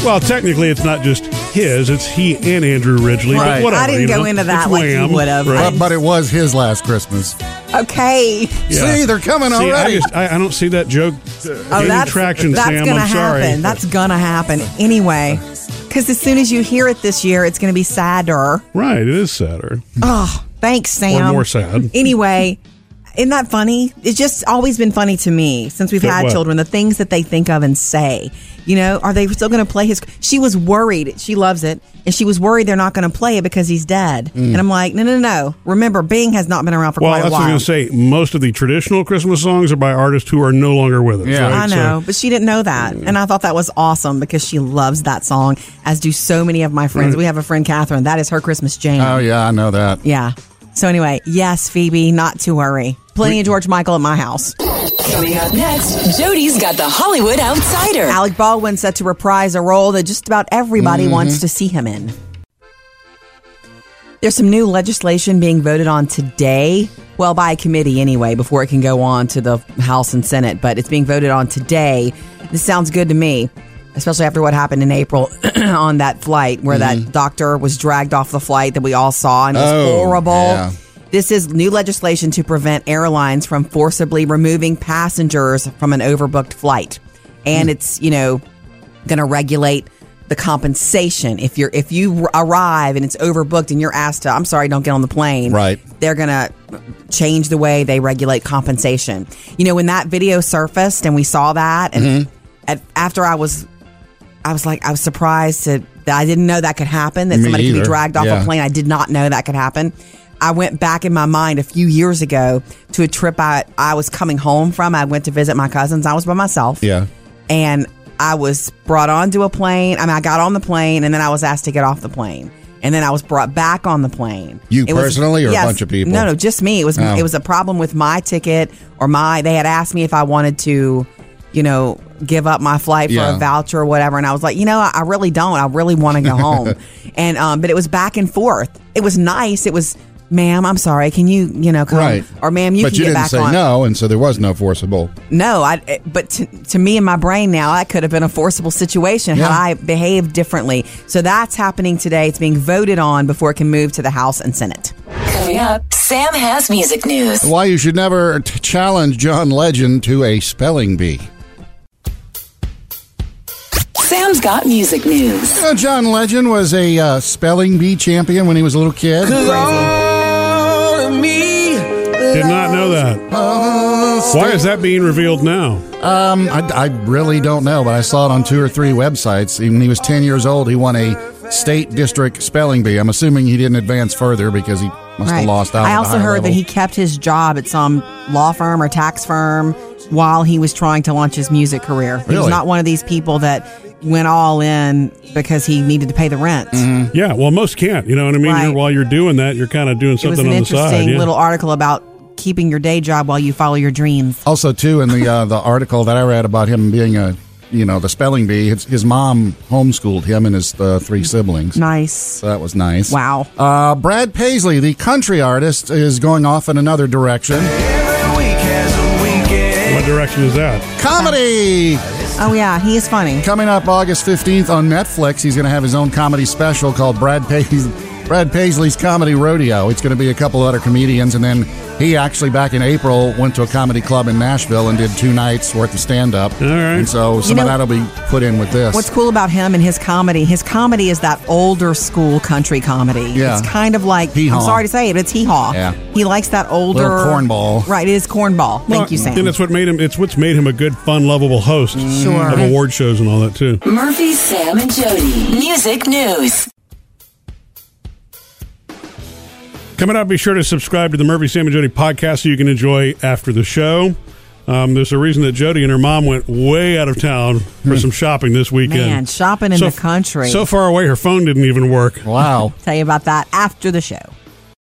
S1: Well, technically, it's not just his; it's he and Andrew Ridgely.
S2: Right. I
S1: But whatever,
S3: didn't
S1: you
S3: go
S1: know,
S3: into that
S1: it's
S3: like you
S1: Wham,
S3: would've.
S1: right?
S2: Uh, But, but it was his last Christmas.
S3: Okay.
S1: Yeah.
S2: See, they're coming
S1: See,
S2: already.
S1: I, just, I, I don't see that joke uh, gaining traction,
S3: Oh, that's
S1: Sam.
S3: gonna
S1: I'm sorry.
S3: happen. That's gonna happen anyway. Because as soon as you hear it this year, it's gonna be sadder. Oh,
S1: right. It is sadder.
S3: Thanks, Sam.
S1: more sad.
S3: Anyway, isn't that funny? It's just always been funny to me since we've
S1: That
S3: had
S1: what?
S3: children. The things that they think of and say. You know, are they still gonna play his? She was worried. She loves it, and she was worried they're not gonna play it because he's dead. And I'm like, no, no, no. Remember, Bing has not been around for
S1: Mm. Well,
S3: quite a
S1: that's
S3: while.
S1: what I was going to say. Most of the traditional Christmas songs are by artists who are no longer with us.
S2: Yeah.
S1: right?
S3: I
S1: So-
S3: know, but she didn't know that. And I thought that was awesome because she loves that song, as do so many of my friends. We have a friend, Catherine. That is her Christmas jam.
S2: oh, yeah, I know that.
S3: yeah. So, anyway, yes, Phoebe, not to worry. Plenty of George Michael at my house.
S4: Coming up next, Jody's got the Hollywood Outsider.
S3: Alec Baldwin set to reprise a role that just about everybody wants to see him in. There's some new legislation being voted on today. Well, by a committee anyway, before it can go on to the House and Senate, but it's being voted on today. This sounds good to me, especially after what happened in April on that flight where that doctor was dragged off the flight that we all saw and it was
S2: Mm-hmm. Oh,
S3: horrible.
S2: yeah.
S3: This is new legislation to prevent airlines from forcibly removing passengers from an overbooked flight. And
S2: Mm.
S3: it's, you know, going to regulate the compensation if you're if you r- arrive and it's overbooked and you're asked to I'm sorry don't get on the plane
S2: Right.
S3: they're going to change the way they regulate compensation you know when that video surfaced and we saw that and
S2: Mm-hmm.
S3: at, after I was I was like I was surprised to that I didn't know that could happen that
S2: Me
S3: somebody could
S2: either.
S3: be dragged off
S2: Yeah.
S3: a plane I did not know that could happen I went back in my mind a few years ago to a trip I I was coming home from I went to visit my cousins I was by myself
S2: Yeah.
S3: and I was brought onto a plane. I mean, I got on the plane and then I was asked to get off the plane. And then I was brought back on the plane.
S2: You
S3: It was-
S2: personally or a
S3: yes.
S2: bunch of people?
S3: No, no, just me. It was
S2: Oh.
S3: it was a problem with my ticket or my. They had asked me if I wanted to, you know, give up my flight for
S2: Yeah.
S3: a voucher or whatever, and I was like, you know, I, I really don't. I really want to go home. and um, but it was back and forth. It was nice. It was ma'am, I'm sorry. Can you, you know, come?
S2: Right.
S3: Um, Or ma'am, you
S2: but
S3: can
S2: you
S3: get
S2: didn't
S3: back
S2: say
S3: on.
S2: no, and so there was no forcible.
S3: No, I. it- But to, to me, in my brain now, that could have been a forcible situation
S2: Yeah.
S3: had I behaved differently. So that's happening today. It's being voted on before it can move to the House and Senate.
S4: Coming up, Sam has music news.
S2: Why you should never t- challenge John Legend to a spelling bee.
S4: Sam's got music news.
S2: You know, John Legend was a uh, spelling bee champion when he was a little kid.
S1: Did not know that. Why is that being revealed now?
S2: Um, I, I really don't know, but I saw it on two or three websites. When he was 10 years old, he won a state district spelling bee. I'm assuming he didn't advance further because he must have lost out.
S3: I
S2: at the
S3: also
S2: high
S3: heard
S2: level.
S3: that he kept his job at some law firm or tax firm while he was trying to launch his music career. He was
S2: Really?
S3: not one of these people that went all in because he needed to pay the rent.
S2: Mm-hmm.
S1: Yeah, well, most can't. You know what I mean?
S3: Right.
S1: You're, while you're doing that, you're kind of doing
S3: It was
S1: something
S3: an
S1: on the
S3: interesting
S1: side. yeah.
S3: little article about keeping your day job while you follow your dreams.
S2: Also, too, in the uh, the article that I read about him being a you know the spelling bee, his, his mom homeschooled him and his uh, three siblings.
S3: Nice.
S2: So that was nice.
S3: Wow.
S2: Uh, Brad Paisley, the country artist, is going off in another direction.
S1: what direction is that?
S2: Comedy
S3: Oh yeah, he is funny.
S2: coming up August fifteenth on Netflix. He's going to have his own comedy special called Brad Paisley. Brad Paisley's Comedy Rodeo. It's going to be a couple of other comedians, and then he actually back in April went to a comedy club in Nashville and did two nights worth of stand up.
S1: All right.
S2: And so some
S3: know-
S2: of that'll be put in with this.
S3: What's cool about him and his comedy, his comedy is that older school country comedy.
S2: Yeah.
S3: It's kind of like,
S2: Hee-haw.
S3: I'm sorry to say it, but it's hee haw.
S2: Yeah.
S3: He likes that older.
S2: Little cornball.
S3: Right, it is cornball. Thank you, Sam.
S1: And it's what made him. It's what's made him a good, fun, lovable host
S3: Mm. Sure.
S1: of award shows and all that too.
S4: Murphy, Sam, and Jody. Music news.
S1: Coming up, be sure to subscribe to the Murphy Sam and Jody podcast so you can enjoy after the show. Um, there's a reason that Jody and her mom went way out of town for some shopping this weekend.
S3: Man, shopping in the country.
S1: So far away, her phone didn't even work.
S2: Wow.
S3: Tell you about that after the show.